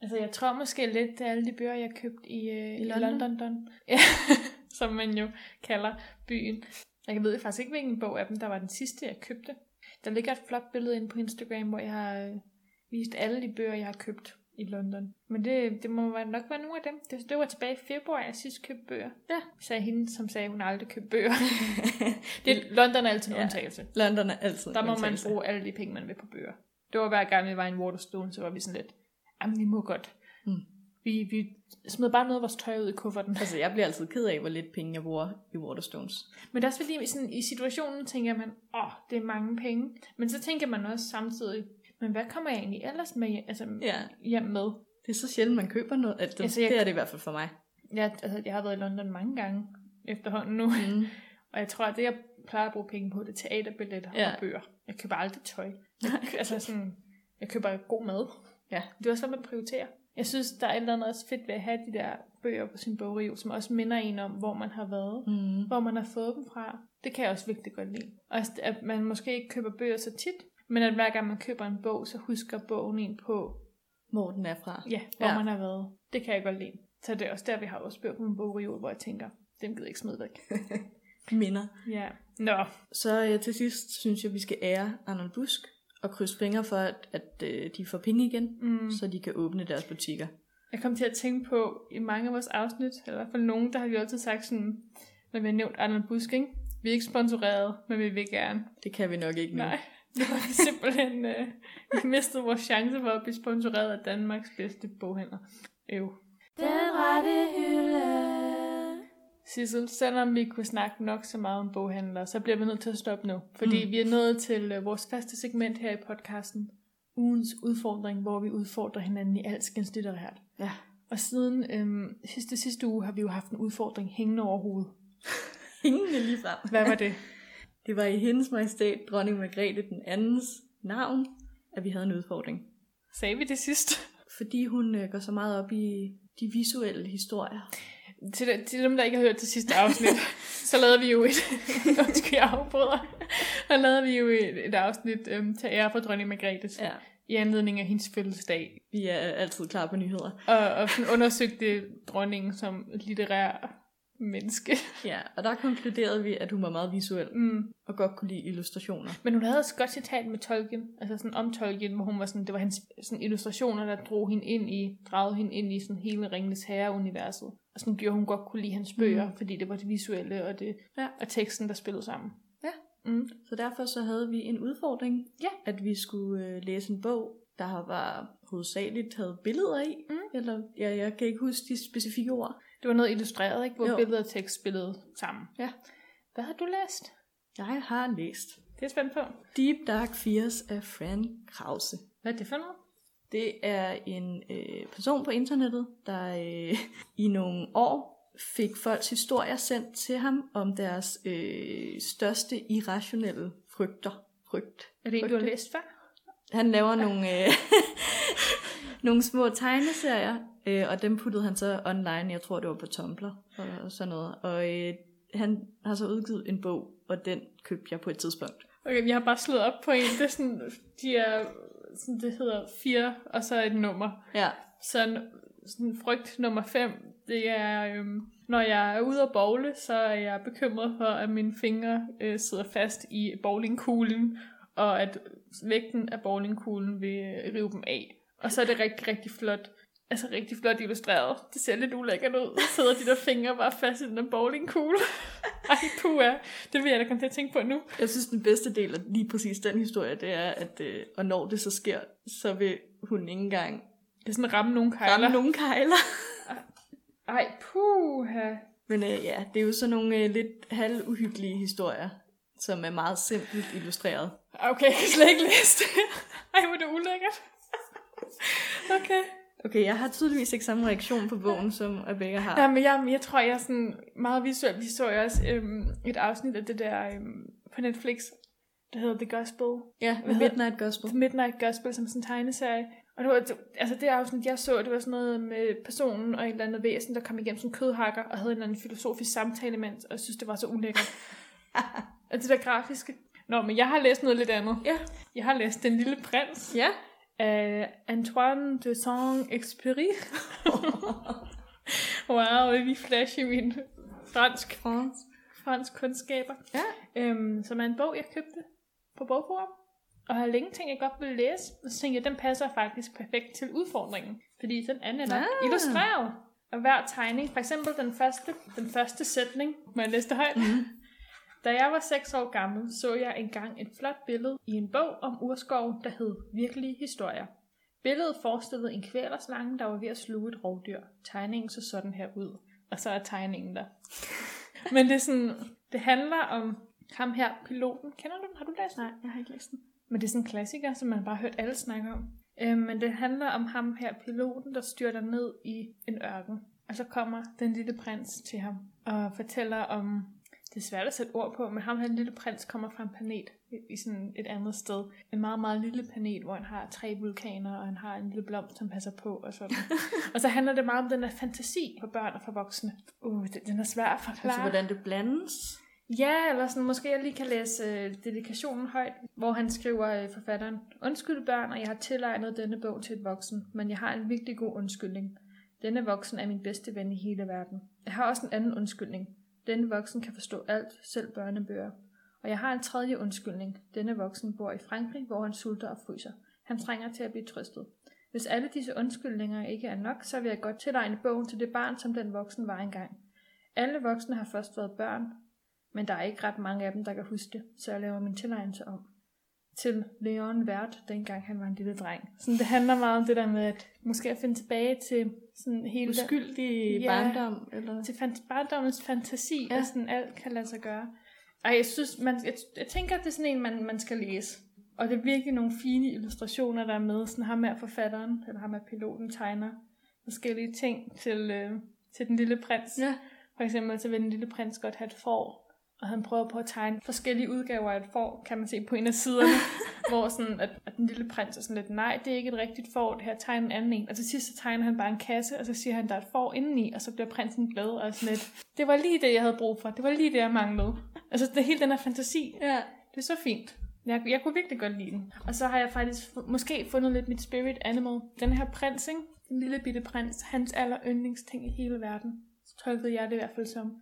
[SPEAKER 2] altså, jeg tror måske lidt, det er alle de bøger, jeg købte i, øh,
[SPEAKER 1] I
[SPEAKER 2] i
[SPEAKER 1] London?
[SPEAKER 2] London. London. Ja, *laughs* som man jo kalder byen. Jeg ved faktisk ikke, hvilken bog af dem, der var den sidste, jeg købte. Der ligger et flot billede inde på Instagram, hvor jeg har øh, vist alle de bøger, jeg har købt i London. Men det, det må være- nok være nogle af dem. Det, det var tilbage i februar, jeg sidst købte bøger.
[SPEAKER 1] Ja.
[SPEAKER 2] Sagde hende, som sagde, hun aldrig købte bøger. det, London er altid en
[SPEAKER 1] Ja.
[SPEAKER 2] undtagelse.
[SPEAKER 1] London er altid en
[SPEAKER 2] Der må man
[SPEAKER 1] undtagelse.
[SPEAKER 2] bruge alle de penge, man vil på bøger. Det var hver gang, vi var i en Waterstone, så var vi sådan lidt, jamen vi må godt.
[SPEAKER 1] Mm.
[SPEAKER 2] Vi, vi smed bare noget af vores tøj ud i kufferten. *laughs*
[SPEAKER 1] Altså, jeg bliver altid ked af, hvor lidt penge jeg bruger i Waterstones.
[SPEAKER 2] Men det er også fordi, i sådan, i situationen tænker man, åh, oh, det er mange penge. Men så tænker man også samtidig, men hvad kommer jeg egentlig ellers med, altså,
[SPEAKER 1] Ja.
[SPEAKER 2] hjem med?
[SPEAKER 1] Det er så sjældent, man køber noget. Altså,
[SPEAKER 2] Altså,
[SPEAKER 1] jeg...
[SPEAKER 2] jeg-
[SPEAKER 1] Det er det i hvert fald for mig.
[SPEAKER 2] Jeg, altså, jeg har været i London mange gange efterhånden nu, *laughs*
[SPEAKER 1] Mm.
[SPEAKER 2] og jeg tror, at det, jeg plejer at bruge penge på, det er teaterbilletter
[SPEAKER 1] Ja.
[SPEAKER 2] og bøger. Jeg køber aldrig tøj.
[SPEAKER 1] *laughs*
[SPEAKER 2] altså sådan, jeg køber god mad.
[SPEAKER 1] Ja.
[SPEAKER 2] Det er også, hvad man prioriterer. Jeg synes, der er et eller andet også fedt ved at have de der bøger på sin bogreol, som også minder en om, hvor man har været.
[SPEAKER 1] Mm.
[SPEAKER 2] Hvor man har fået dem fra. Det kan jeg også virkelig godt lide. Også det, at man måske ikke køber bøger så tit, men at hver gang man køber en bog, så husker bogen en på,
[SPEAKER 1] Hvor den er fra.
[SPEAKER 2] ja, hvor
[SPEAKER 1] Ja.
[SPEAKER 2] man har været. Det kan jeg godt lide. Så det er også der, vi har også bøger på min bogreol, hvor jeg tænker, dem gider jeg ikke smide væk.
[SPEAKER 1] Minder.
[SPEAKER 2] ja. Nå,
[SPEAKER 1] Så øh, til sidst synes jeg, vi skal ære Arnold Busk og krydse fingre for, at, at øh, de får penge igen,
[SPEAKER 2] Mm.
[SPEAKER 1] så de kan åbne deres butikker.
[SPEAKER 2] Jeg kom til at tænke på, i mange af vores afsnit, eller i hvert fald nogen, der har vi altid sagt sådan, når vi har nævnt Arnold Busk, ikke? Vi er ikke sponsoreret, men vi vil gerne.
[SPEAKER 1] Det kan vi nok ikke nu.
[SPEAKER 2] Nej, *laughs* det var vi simpelthen øh, vi mistede vores chance for at blive sponsoreret af Danmarks bedste boghandler. Øv.
[SPEAKER 3] Den rette hylde.
[SPEAKER 2] Sissel, selvom vi kunne snakke nok så meget om boghandlere, så bliver vi nødt til at stoppe nu. Fordi mm. vi er nået til øh, vores faste segment her i podcasten, ugens udfordring, hvor vi udfordrer hinanden i alskens litterært.
[SPEAKER 1] Ja.
[SPEAKER 2] Og siden øhm, sidste, sidste uge har vi jo haft en udfordring hængende over hovedet.
[SPEAKER 1] Ingen er lige frem.
[SPEAKER 2] Hvad var det?
[SPEAKER 1] Det var i hendes majestæt, dronning Margrethe den andens navn, at vi havde en udfordring.
[SPEAKER 2] *laughs* Sagde vi det sidst?
[SPEAKER 1] Fordi hun øh, går så meget op i de visuelle historier.
[SPEAKER 2] til, de- til dem, der ikke har hørt det sidste *laughs* afsnit, så lavede vi jo et... *laughs* Undskyld, jeg afbryder. Der lavede vi jo et, et afsnit øhm, til ære for dronning Margrethes, ja. i anledning af hendes fødselsdag.
[SPEAKER 1] Vi er altid klar på nyheder.
[SPEAKER 2] Og, og sådan undersøgte dronningen som et litterær menneske.
[SPEAKER 1] Ja, og der konkluderede vi, at hun var meget visuel
[SPEAKER 2] Mm.
[SPEAKER 1] og godt kunne lide illustrationer.
[SPEAKER 2] Men hun havde også et godt citat med Tolkien, altså sådan om Tolkien, hvor hun var sådan, det var hans sådan illustrationer, der drog hende ind i, dragede hende ind i sådan hele Ringenes Herre-universet. Og sådan gjorde hun godt kunne lide hans bøger, mm. fordi det var det visuelle og, det,
[SPEAKER 1] Ja.
[SPEAKER 2] og teksten, der spillede sammen.
[SPEAKER 1] Ja.
[SPEAKER 2] Mm.
[SPEAKER 1] Så derfor så havde vi en udfordring,
[SPEAKER 2] Ja.
[SPEAKER 1] at vi skulle øh, læse en bog, der var hovedsageligt havde billeder i,
[SPEAKER 2] Mm.
[SPEAKER 1] eller ja, jeg kan ikke huske de specifikke ord.
[SPEAKER 2] Det var noget illustreret, ikke? Hvor
[SPEAKER 1] Jo.
[SPEAKER 2] jo. billeder og tekst spillede sammen.
[SPEAKER 1] Ja.
[SPEAKER 2] Hvad har du læst?
[SPEAKER 1] Jeg har læst
[SPEAKER 2] Det er jeg spændt på.
[SPEAKER 1] Deep Dark Fears af Fran Krause.
[SPEAKER 2] Hvad er det for noget?
[SPEAKER 1] Det er en øh, person på internettet, der øh, i nogle år fik folks historier sendt til ham om deres øh, største irrationelle frygter. Frygt.
[SPEAKER 2] Er det en, du har
[SPEAKER 1] Frygte.
[SPEAKER 2] læst før?
[SPEAKER 1] Han laver nogle, øh, *laughs* nogle små tegneserier, øh, og dem puttede han så online, jeg tror det var på Tumblr og, og sådan noget. Og øh, han har så udgivet en bog, og den købte jeg på et tidspunkt.
[SPEAKER 2] Okay, jeg har bare slået op på en. Det er sådan, de er, sådan, det hedder fire, og så et nummer.
[SPEAKER 1] Ja,
[SPEAKER 2] sådan, sådan frygt nummer 5, det er, øhm, når jeg er ude at bowle, så er jeg bekymret for, at mine fingre øh, sidder fast i bowlingkuglen, og at vægten af bowlingkuglen vil øh, rive dem af. Og så er det rigtig, rigtig flot. Altså rigtig flot illustreret. Det ser lidt ulækkert ud. Så sidder de der fingre bare fast i den der bowlingkugle. Ej, puha. Det vil jeg da komme til at tænke på nu.
[SPEAKER 1] jeg synes den bedste del af lige præcis den historie, det er, at øh, og når det så sker, så vil hun ikke engang
[SPEAKER 2] Det er sådan at ramme nogle
[SPEAKER 1] ramme
[SPEAKER 2] kejler.
[SPEAKER 1] nogen kejler. *laughs*
[SPEAKER 2] Ej, puha.
[SPEAKER 1] Men øh, ja, det er jo sådan nogle øh, lidt halvuhyggelige historier, som er meget simpelt illustreret.
[SPEAKER 2] Okay, jeg kan slet ikke læse det. Ej, hvor er det ulækkert. Okay.
[SPEAKER 1] Okay, jeg har tydeligvis ikke samme reaktion på bogen, som Rebecca har.
[SPEAKER 2] Ja, men jeg, jeg tror, jeg er sådan meget visuel. Vi så jo også øhm, et afsnit af det der øhm, på Netflix, der hedder The Gospel.
[SPEAKER 1] Ja,
[SPEAKER 2] Hvad hedder-
[SPEAKER 1] Midnight Gospel.
[SPEAKER 2] The Midnight Gospel som sådan en tegneserie. Og det var, det, altså det afsnit, jeg så, det var sådan noget med personen og et eller andet væsen, der kom igennem som kødhakker og havde en eller anden filosofisk samtale imens, og jeg synes, det var så ulækkert. og det der grafiske. Nå, men jeg har læst noget lidt andet.
[SPEAKER 1] Ja.
[SPEAKER 2] Jeg har læst Den Lille Prins
[SPEAKER 1] Ja.
[SPEAKER 2] af Euh, Antoine de Saint-Exupéry. wow, vi flash i min fransk,
[SPEAKER 1] France.
[SPEAKER 2] fransk kundskaber.
[SPEAKER 1] Ja.
[SPEAKER 2] Øhm, som er en bog, jeg købte på bogforum. Og har længe tænkt, at jeg godt ville læse. Og så tænkte jeg, at den passer faktisk perfekt til udfordringen. Fordi den anden er nok
[SPEAKER 1] Ah.
[SPEAKER 2] illustreret. Og hver tegning, for eksempel den første, den første sætning, må jeg læse det højt?
[SPEAKER 1] Mhm.
[SPEAKER 2] Da jeg var 6 år gammel, så jeg engang et flot billede i en bog om urskov, der hed Virkelige Historier. Billedet forestillede en kvælerslange, der var ved at sluge et rovdyr. Tegningen så sådan her ud, og så er tegningen der. Men det, er sådan, det handler om ham her, piloten. Kender du den? Har du læst den?
[SPEAKER 1] Nej, jeg har ikke læst den.
[SPEAKER 2] Men det er sådan en klassiker, som man bare har hørt alle snakke om. Øh, men det handler om ham her, piloten, der styrter ned i en ørken. Og så kommer den lille prins til ham og fortæller om... Det er svært at sætte ord på, men ham her den lille prins kommer fra en planet i- i sådan et andet sted. En meget, meget lille planet, hvor han har tre vulkaner, og han har en lille blomst, som passer på
[SPEAKER 1] *laughs*
[SPEAKER 2] og sådan. og så handler det meget om den her fantasi for børn og for voksne. Uh, den- den er svær at forklare.
[SPEAKER 1] Altså, hvordan det blandes.
[SPEAKER 2] Ja, eller sådan, måske jeg lige kan læse øh, dedikationen højt, hvor han skriver øh, forfatteren, Undskyld børn, og jeg har tilegnet denne bog til et voksen, men jeg har en virkelig god undskyldning. Denne voksen er min bedste ven i hele verden. Jeg har også en anden undskyldning. Denne voksen kan forstå alt, selv børnebøger. Og jeg har en tredje undskyldning. Denne voksen bor i Frankrig, hvor han sulter og fryser. Han trænger til at blive trøstet. Hvis alle disse undskyldninger ikke er nok, så vil jeg godt tilegne bogen til det barn, som den voksen var engang. Alle voksne har først været børn, men der er ikke ret mange af dem, der kan huske det, så jeg laver min tilegnelse om. Til Leon Vært, dengang han var en lille dreng. Sådan, det handler meget om det der med, at måske at finde tilbage til sådan hele den-
[SPEAKER 1] Uskyldig
[SPEAKER 2] Ja.
[SPEAKER 1] barndom, eller?
[SPEAKER 2] til fan- barndommens fantasi, ja.
[SPEAKER 1] Ja.
[SPEAKER 2] at sådan alt kan lade sig gøre. Og jeg synes, man, jeg, jeg tænker, at det er sådan en, man, man skal læse. Og det er virkelig nogle fine illustrationer, der er med. Sådan ham er forfatteren, eller ham er piloten, tegner forskellige ting til, øh, til den lille prins.
[SPEAKER 1] Ja.
[SPEAKER 2] For eksempel så vil den lille prins godt have et får, og han prøver på at tegne forskellige udgaver af et får, kan man se på en af siderne, hvor sådan, at, at den lille prins er sådan lidt, nej, det er ikke et rigtigt får, det her tegner en anden en. Og til sidst så tegner han bare en kasse, og så siger han, der er et får indeni, og så bliver prinsen glad og er sådan lidt, det var lige det, jeg havde brug for, det var lige det, jeg manglede. Altså det er hele den her fantasi,
[SPEAKER 1] ja.
[SPEAKER 2] det er så fint. Jeg, jeg kunne virkelig godt lide den. Og så har jeg faktisk fu- måske fundet lidt mit spirit animal. Den her prins, ikke? Den lille bitte prins, hans aller yndlingsting i hele verden. Så tolkede jeg det i hvert fald som.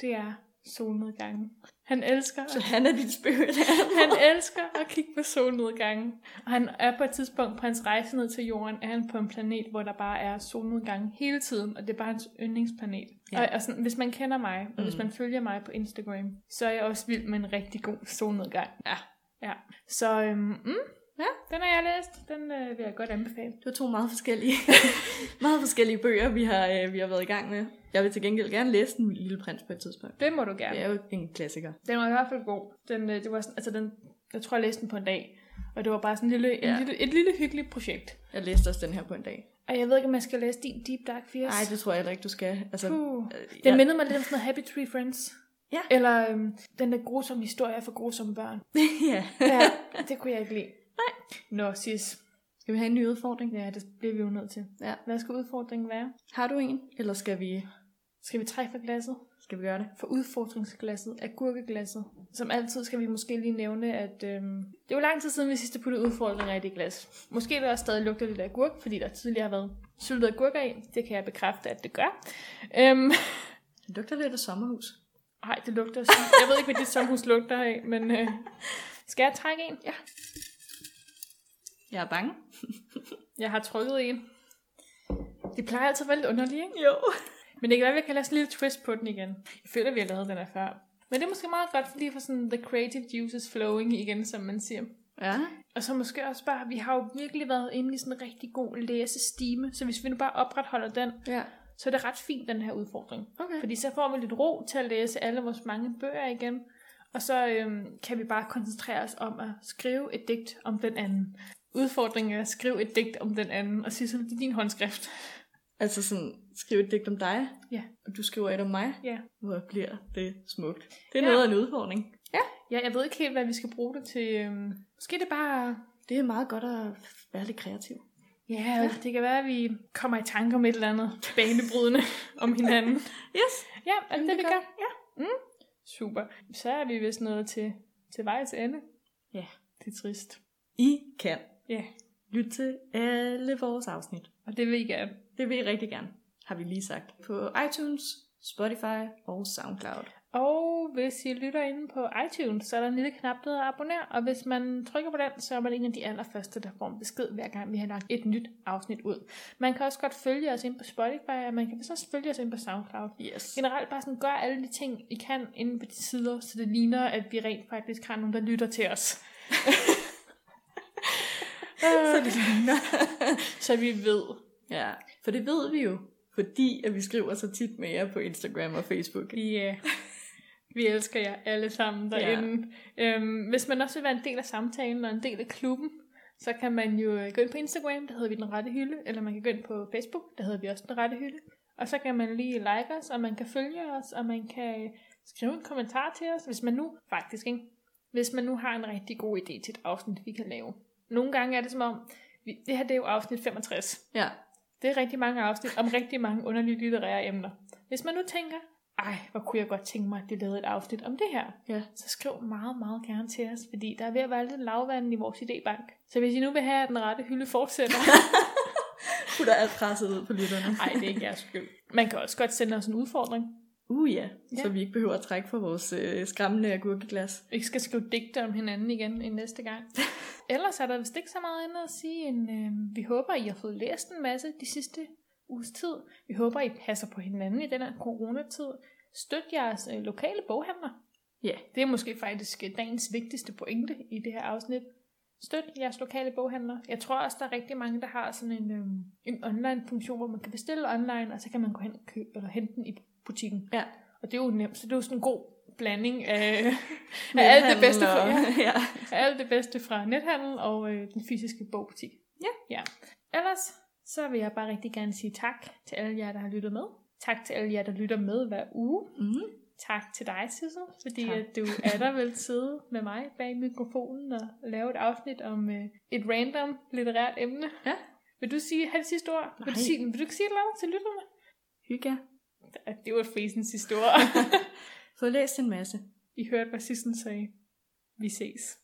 [SPEAKER 2] Det er solnedgangen. Han elsker,
[SPEAKER 1] Så han er dit spirit *laughs* animal.
[SPEAKER 2] han elsker at kigge på solnedgangen. Og han er på et tidspunkt på hans rejse ned til jorden, er han på en planet, hvor der bare er solnedgang hele tiden, og det er bare hans yndlingsplanet.
[SPEAKER 1] Ja.
[SPEAKER 2] Ja. Og, og sådan, hvis man kender mig, og mm. hvis
[SPEAKER 1] Mm.
[SPEAKER 2] man følger mig på Instagram, så er jeg også vild med en rigtig god solnedgang.
[SPEAKER 1] Ja.
[SPEAKER 2] ja. Så øhm, mm,
[SPEAKER 1] Ja.
[SPEAKER 2] den har jeg læst. Den øh, vil jeg godt anbefale.
[SPEAKER 1] Det var to meget forskellige, *laughs* meget forskellige bøger, vi har, øh, vi har været i gang med. Jeg vil til gengæld gerne læse Den Lille Prins på et tidspunkt.
[SPEAKER 2] Det må du gerne.
[SPEAKER 1] Det er jo en klassiker.
[SPEAKER 2] Den var i hvert fald god. Den, øh, det var sådan, altså den, jeg tror, jeg læste den på en dag. Og det var bare sådan en lille, ja.
[SPEAKER 1] Ja.
[SPEAKER 2] en lille, et lille hyggeligt projekt.
[SPEAKER 1] Jeg læste også den her på en dag.
[SPEAKER 2] Og jeg ved ikke, om jeg skal læse din Deep Dark 80.
[SPEAKER 1] Nej, det tror jeg heller ikke, du skal. Altså,
[SPEAKER 2] Puh.
[SPEAKER 1] øh,
[SPEAKER 2] Den ja.
[SPEAKER 1] jeg,
[SPEAKER 2] mindede mig lidt om sådan noget Happy Tree Friends.
[SPEAKER 1] Ja.
[SPEAKER 2] Eller øhm, den der grusomme historie for grusomme børn.
[SPEAKER 1] *laughs* ja.
[SPEAKER 2] *laughs* Ja, det kunne jeg ikke lide. Nej. Nå, sis.
[SPEAKER 1] Skal vi have en ny udfordring?
[SPEAKER 2] Ja, det bliver vi jo nødt til.
[SPEAKER 1] Ja.
[SPEAKER 2] Hvad skal udfordringen være?
[SPEAKER 1] Har du en, eller skal vi,
[SPEAKER 2] Skal vi trække for glasset?
[SPEAKER 1] skal vi gøre det?
[SPEAKER 2] For udfordringsglasset er gurkeglasset. Som altid skal vi måske lige nævne, at øhm, det er jo lang tid siden, vi sidst har puttet udfordringer i det glas. Måske vil der også stadig lugte lidt af gurk, fordi der tidligere har været syltede agurker i. Det kan jeg bekræfte, at det gør. Øhm,
[SPEAKER 1] Det lugter lidt af sommerhus.
[SPEAKER 2] Nej, det lugter som... Jeg ved ikke, hvad dit sommerhus lugter af, men... Øh... Skal jeg trække en? Ja.
[SPEAKER 1] Jeg er bange.
[SPEAKER 2] Jeg har trykket en. Det plejer altid at være lidt underligt, ikke?
[SPEAKER 1] Jo.
[SPEAKER 2] Men det kan være, at vi kan lave sådan en lille twist på den igen. Jeg føler, at vi har lavet den her før. Men det er måske meget godt, fordi for sådan the creative juices flowing igen, som man siger.
[SPEAKER 1] Ja.
[SPEAKER 2] Og så måske også bare, vi har jo virkelig været inde i sådan en rigtig god læsestime, så hvis vi nu bare opretholder den,
[SPEAKER 1] Ja.
[SPEAKER 2] så er det ret fint, den her udfordring.
[SPEAKER 1] Okay.
[SPEAKER 2] Fordi så får vi lidt ro til at læse alle vores mange bøger igen. Og så øhm, kan vi bare koncentrere os om at skrive et digt om den anden. Udfordringen er at skrive et digt om den anden, og sige, så det er din håndskrift.
[SPEAKER 1] Altså sådan, skrive et digt om dig.
[SPEAKER 2] Ja.
[SPEAKER 1] Og du skriver et om mig.
[SPEAKER 2] Ja.
[SPEAKER 1] Hvor bliver det smukt. Det er
[SPEAKER 2] Ja.
[SPEAKER 1] ja. noget af en udfordring.
[SPEAKER 2] ja, jeg ved ikke helt, hvad vi skal bruge det til. Øhm, måske det bare...
[SPEAKER 1] Det er meget godt at være lidt kreativ.
[SPEAKER 2] Ja, ja, det kan være, at vi kommer i tanke om et eller andet banebrydende om hinanden.
[SPEAKER 1] Yes.
[SPEAKER 2] Ja, er det, det vi
[SPEAKER 1] det
[SPEAKER 2] gør.
[SPEAKER 1] gør
[SPEAKER 2] Ja. Mm. Super. Så er vi vist nået til til vejs ende.
[SPEAKER 1] Ja.
[SPEAKER 2] Det er trist.
[SPEAKER 1] I kan
[SPEAKER 2] Ja,
[SPEAKER 1] lytte til alle vores afsnit.
[SPEAKER 2] og det vil I gerne.
[SPEAKER 1] Det vil I rigtig gerne, har vi lige sagt. På iTunes, Spotify og Soundcloud.
[SPEAKER 2] Og hvis I lytter inde på iTunes, så er der en lille knap, der hedder abonner, og hvis man trykker på den, så er man en af de allerførste, der får en besked, hver gang vi har lagt et nyt afsnit ud. Man kan også godt følge os ind på Spotify, og man kan så følge os ind på SoundCloud.
[SPEAKER 1] Yes.
[SPEAKER 2] Generelt bare sådan, gør alle de ting, I kan inde på de sider, så det ligner, at vi rent faktisk har nogen, der lytter til os.
[SPEAKER 1] *laughs* Så det ligner.
[SPEAKER 2] *laughs* så vi ved.
[SPEAKER 1] ja, for det ved vi jo, fordi at vi skriver så tit med jer på Instagram og Facebook.
[SPEAKER 2] Ja. øh, Vi elsker jer alle sammen derinde. Ja. Øhm, hvis man også vil være en del af samtalen og en del af klubben, så kan man jo øh, gå ind på Instagram, der hedder vi Den Rette Hylde, eller man kan gå ind på Facebook, der hedder vi også Den Rette Hylde. Og så kan man lige like os, og man kan følge os, og man kan øh, skrive en kommentar til os, hvis man nu, faktisk ikke, hvis man nu har en rigtig god idé til et afsnit, vi kan lave. Nogle gange er det som om, vi, det her det er jo afsnit 65,
[SPEAKER 1] Ja,
[SPEAKER 2] det er rigtig mange afsnit om rigtig mange underlige litterære emner. Hvis man nu tænker, ej, hvor kunne jeg godt tænke mig, at de lavede et afsnit om det her,
[SPEAKER 1] ja.
[SPEAKER 2] så skriv meget, meget gerne til os, fordi der er ved at være lidt lavvand i vores idébank. Så hvis I nu vil have, at den rette hylde fortsætter,
[SPEAKER 1] Putter alt presset ud på lytterne.
[SPEAKER 2] nej, det er ikke jeres skyld. Man kan også godt sende os en udfordring.
[SPEAKER 1] Uh ja,
[SPEAKER 2] Ja.
[SPEAKER 1] så vi ikke behøver at trække for vores øh, skræmmende agurkeglas.
[SPEAKER 2] ikke skal skrive digte om hinanden igen en næste gang. Ellers er der vist ikke så meget andet at sige, end øh, vi håber, I har fået læst en masse de sidste uges tid. Vi håber, I passer på hinanden i den her coronatid. Støt jeres øh, lokale boghandler.
[SPEAKER 1] Ja.
[SPEAKER 2] Det er måske faktisk øh, dagens vigtigste pointe i det her afsnit. Støt jeres lokale boghandler. Jeg tror også, der er rigtig mange, der har sådan en, øh, en online-funktion, hvor man kan bestille online, og så kan man gå hen og købe, eller hente den i butikken.
[SPEAKER 1] Ja.
[SPEAKER 2] Og det er jo nemt, så det er jo sådan en god blanding af, *laughs* af alt det bedste fra, *laughs* ja,
[SPEAKER 1] ja. ja.
[SPEAKER 2] af alt det bedste fra nethandel og øh, den fysiske bogbutik. Ja. ja. Ellers så vil jeg bare rigtig gerne sige tak til alle jer, der har lyttet med. Tak til alle jer, der lytter med hver uge.
[SPEAKER 1] Mm.
[SPEAKER 2] Tak til dig, Sissel, fordi
[SPEAKER 1] Tak.
[SPEAKER 2] at du er der vel sidde med mig bag mikrofonen og lave et afsnit om øh, et random litterært emne.
[SPEAKER 1] Ja.
[SPEAKER 2] Vil du sige, have det sidste ord? Vil du,
[SPEAKER 1] Nej.
[SPEAKER 2] sige, vil du ikke sige et eller andet til lytterne?
[SPEAKER 1] Hygge.
[SPEAKER 2] Ja, Det var Frisens sidste ord.
[SPEAKER 1] *laughs* Få læst en masse.
[SPEAKER 2] I hørte, hvad Sissel sagde. Vi ses.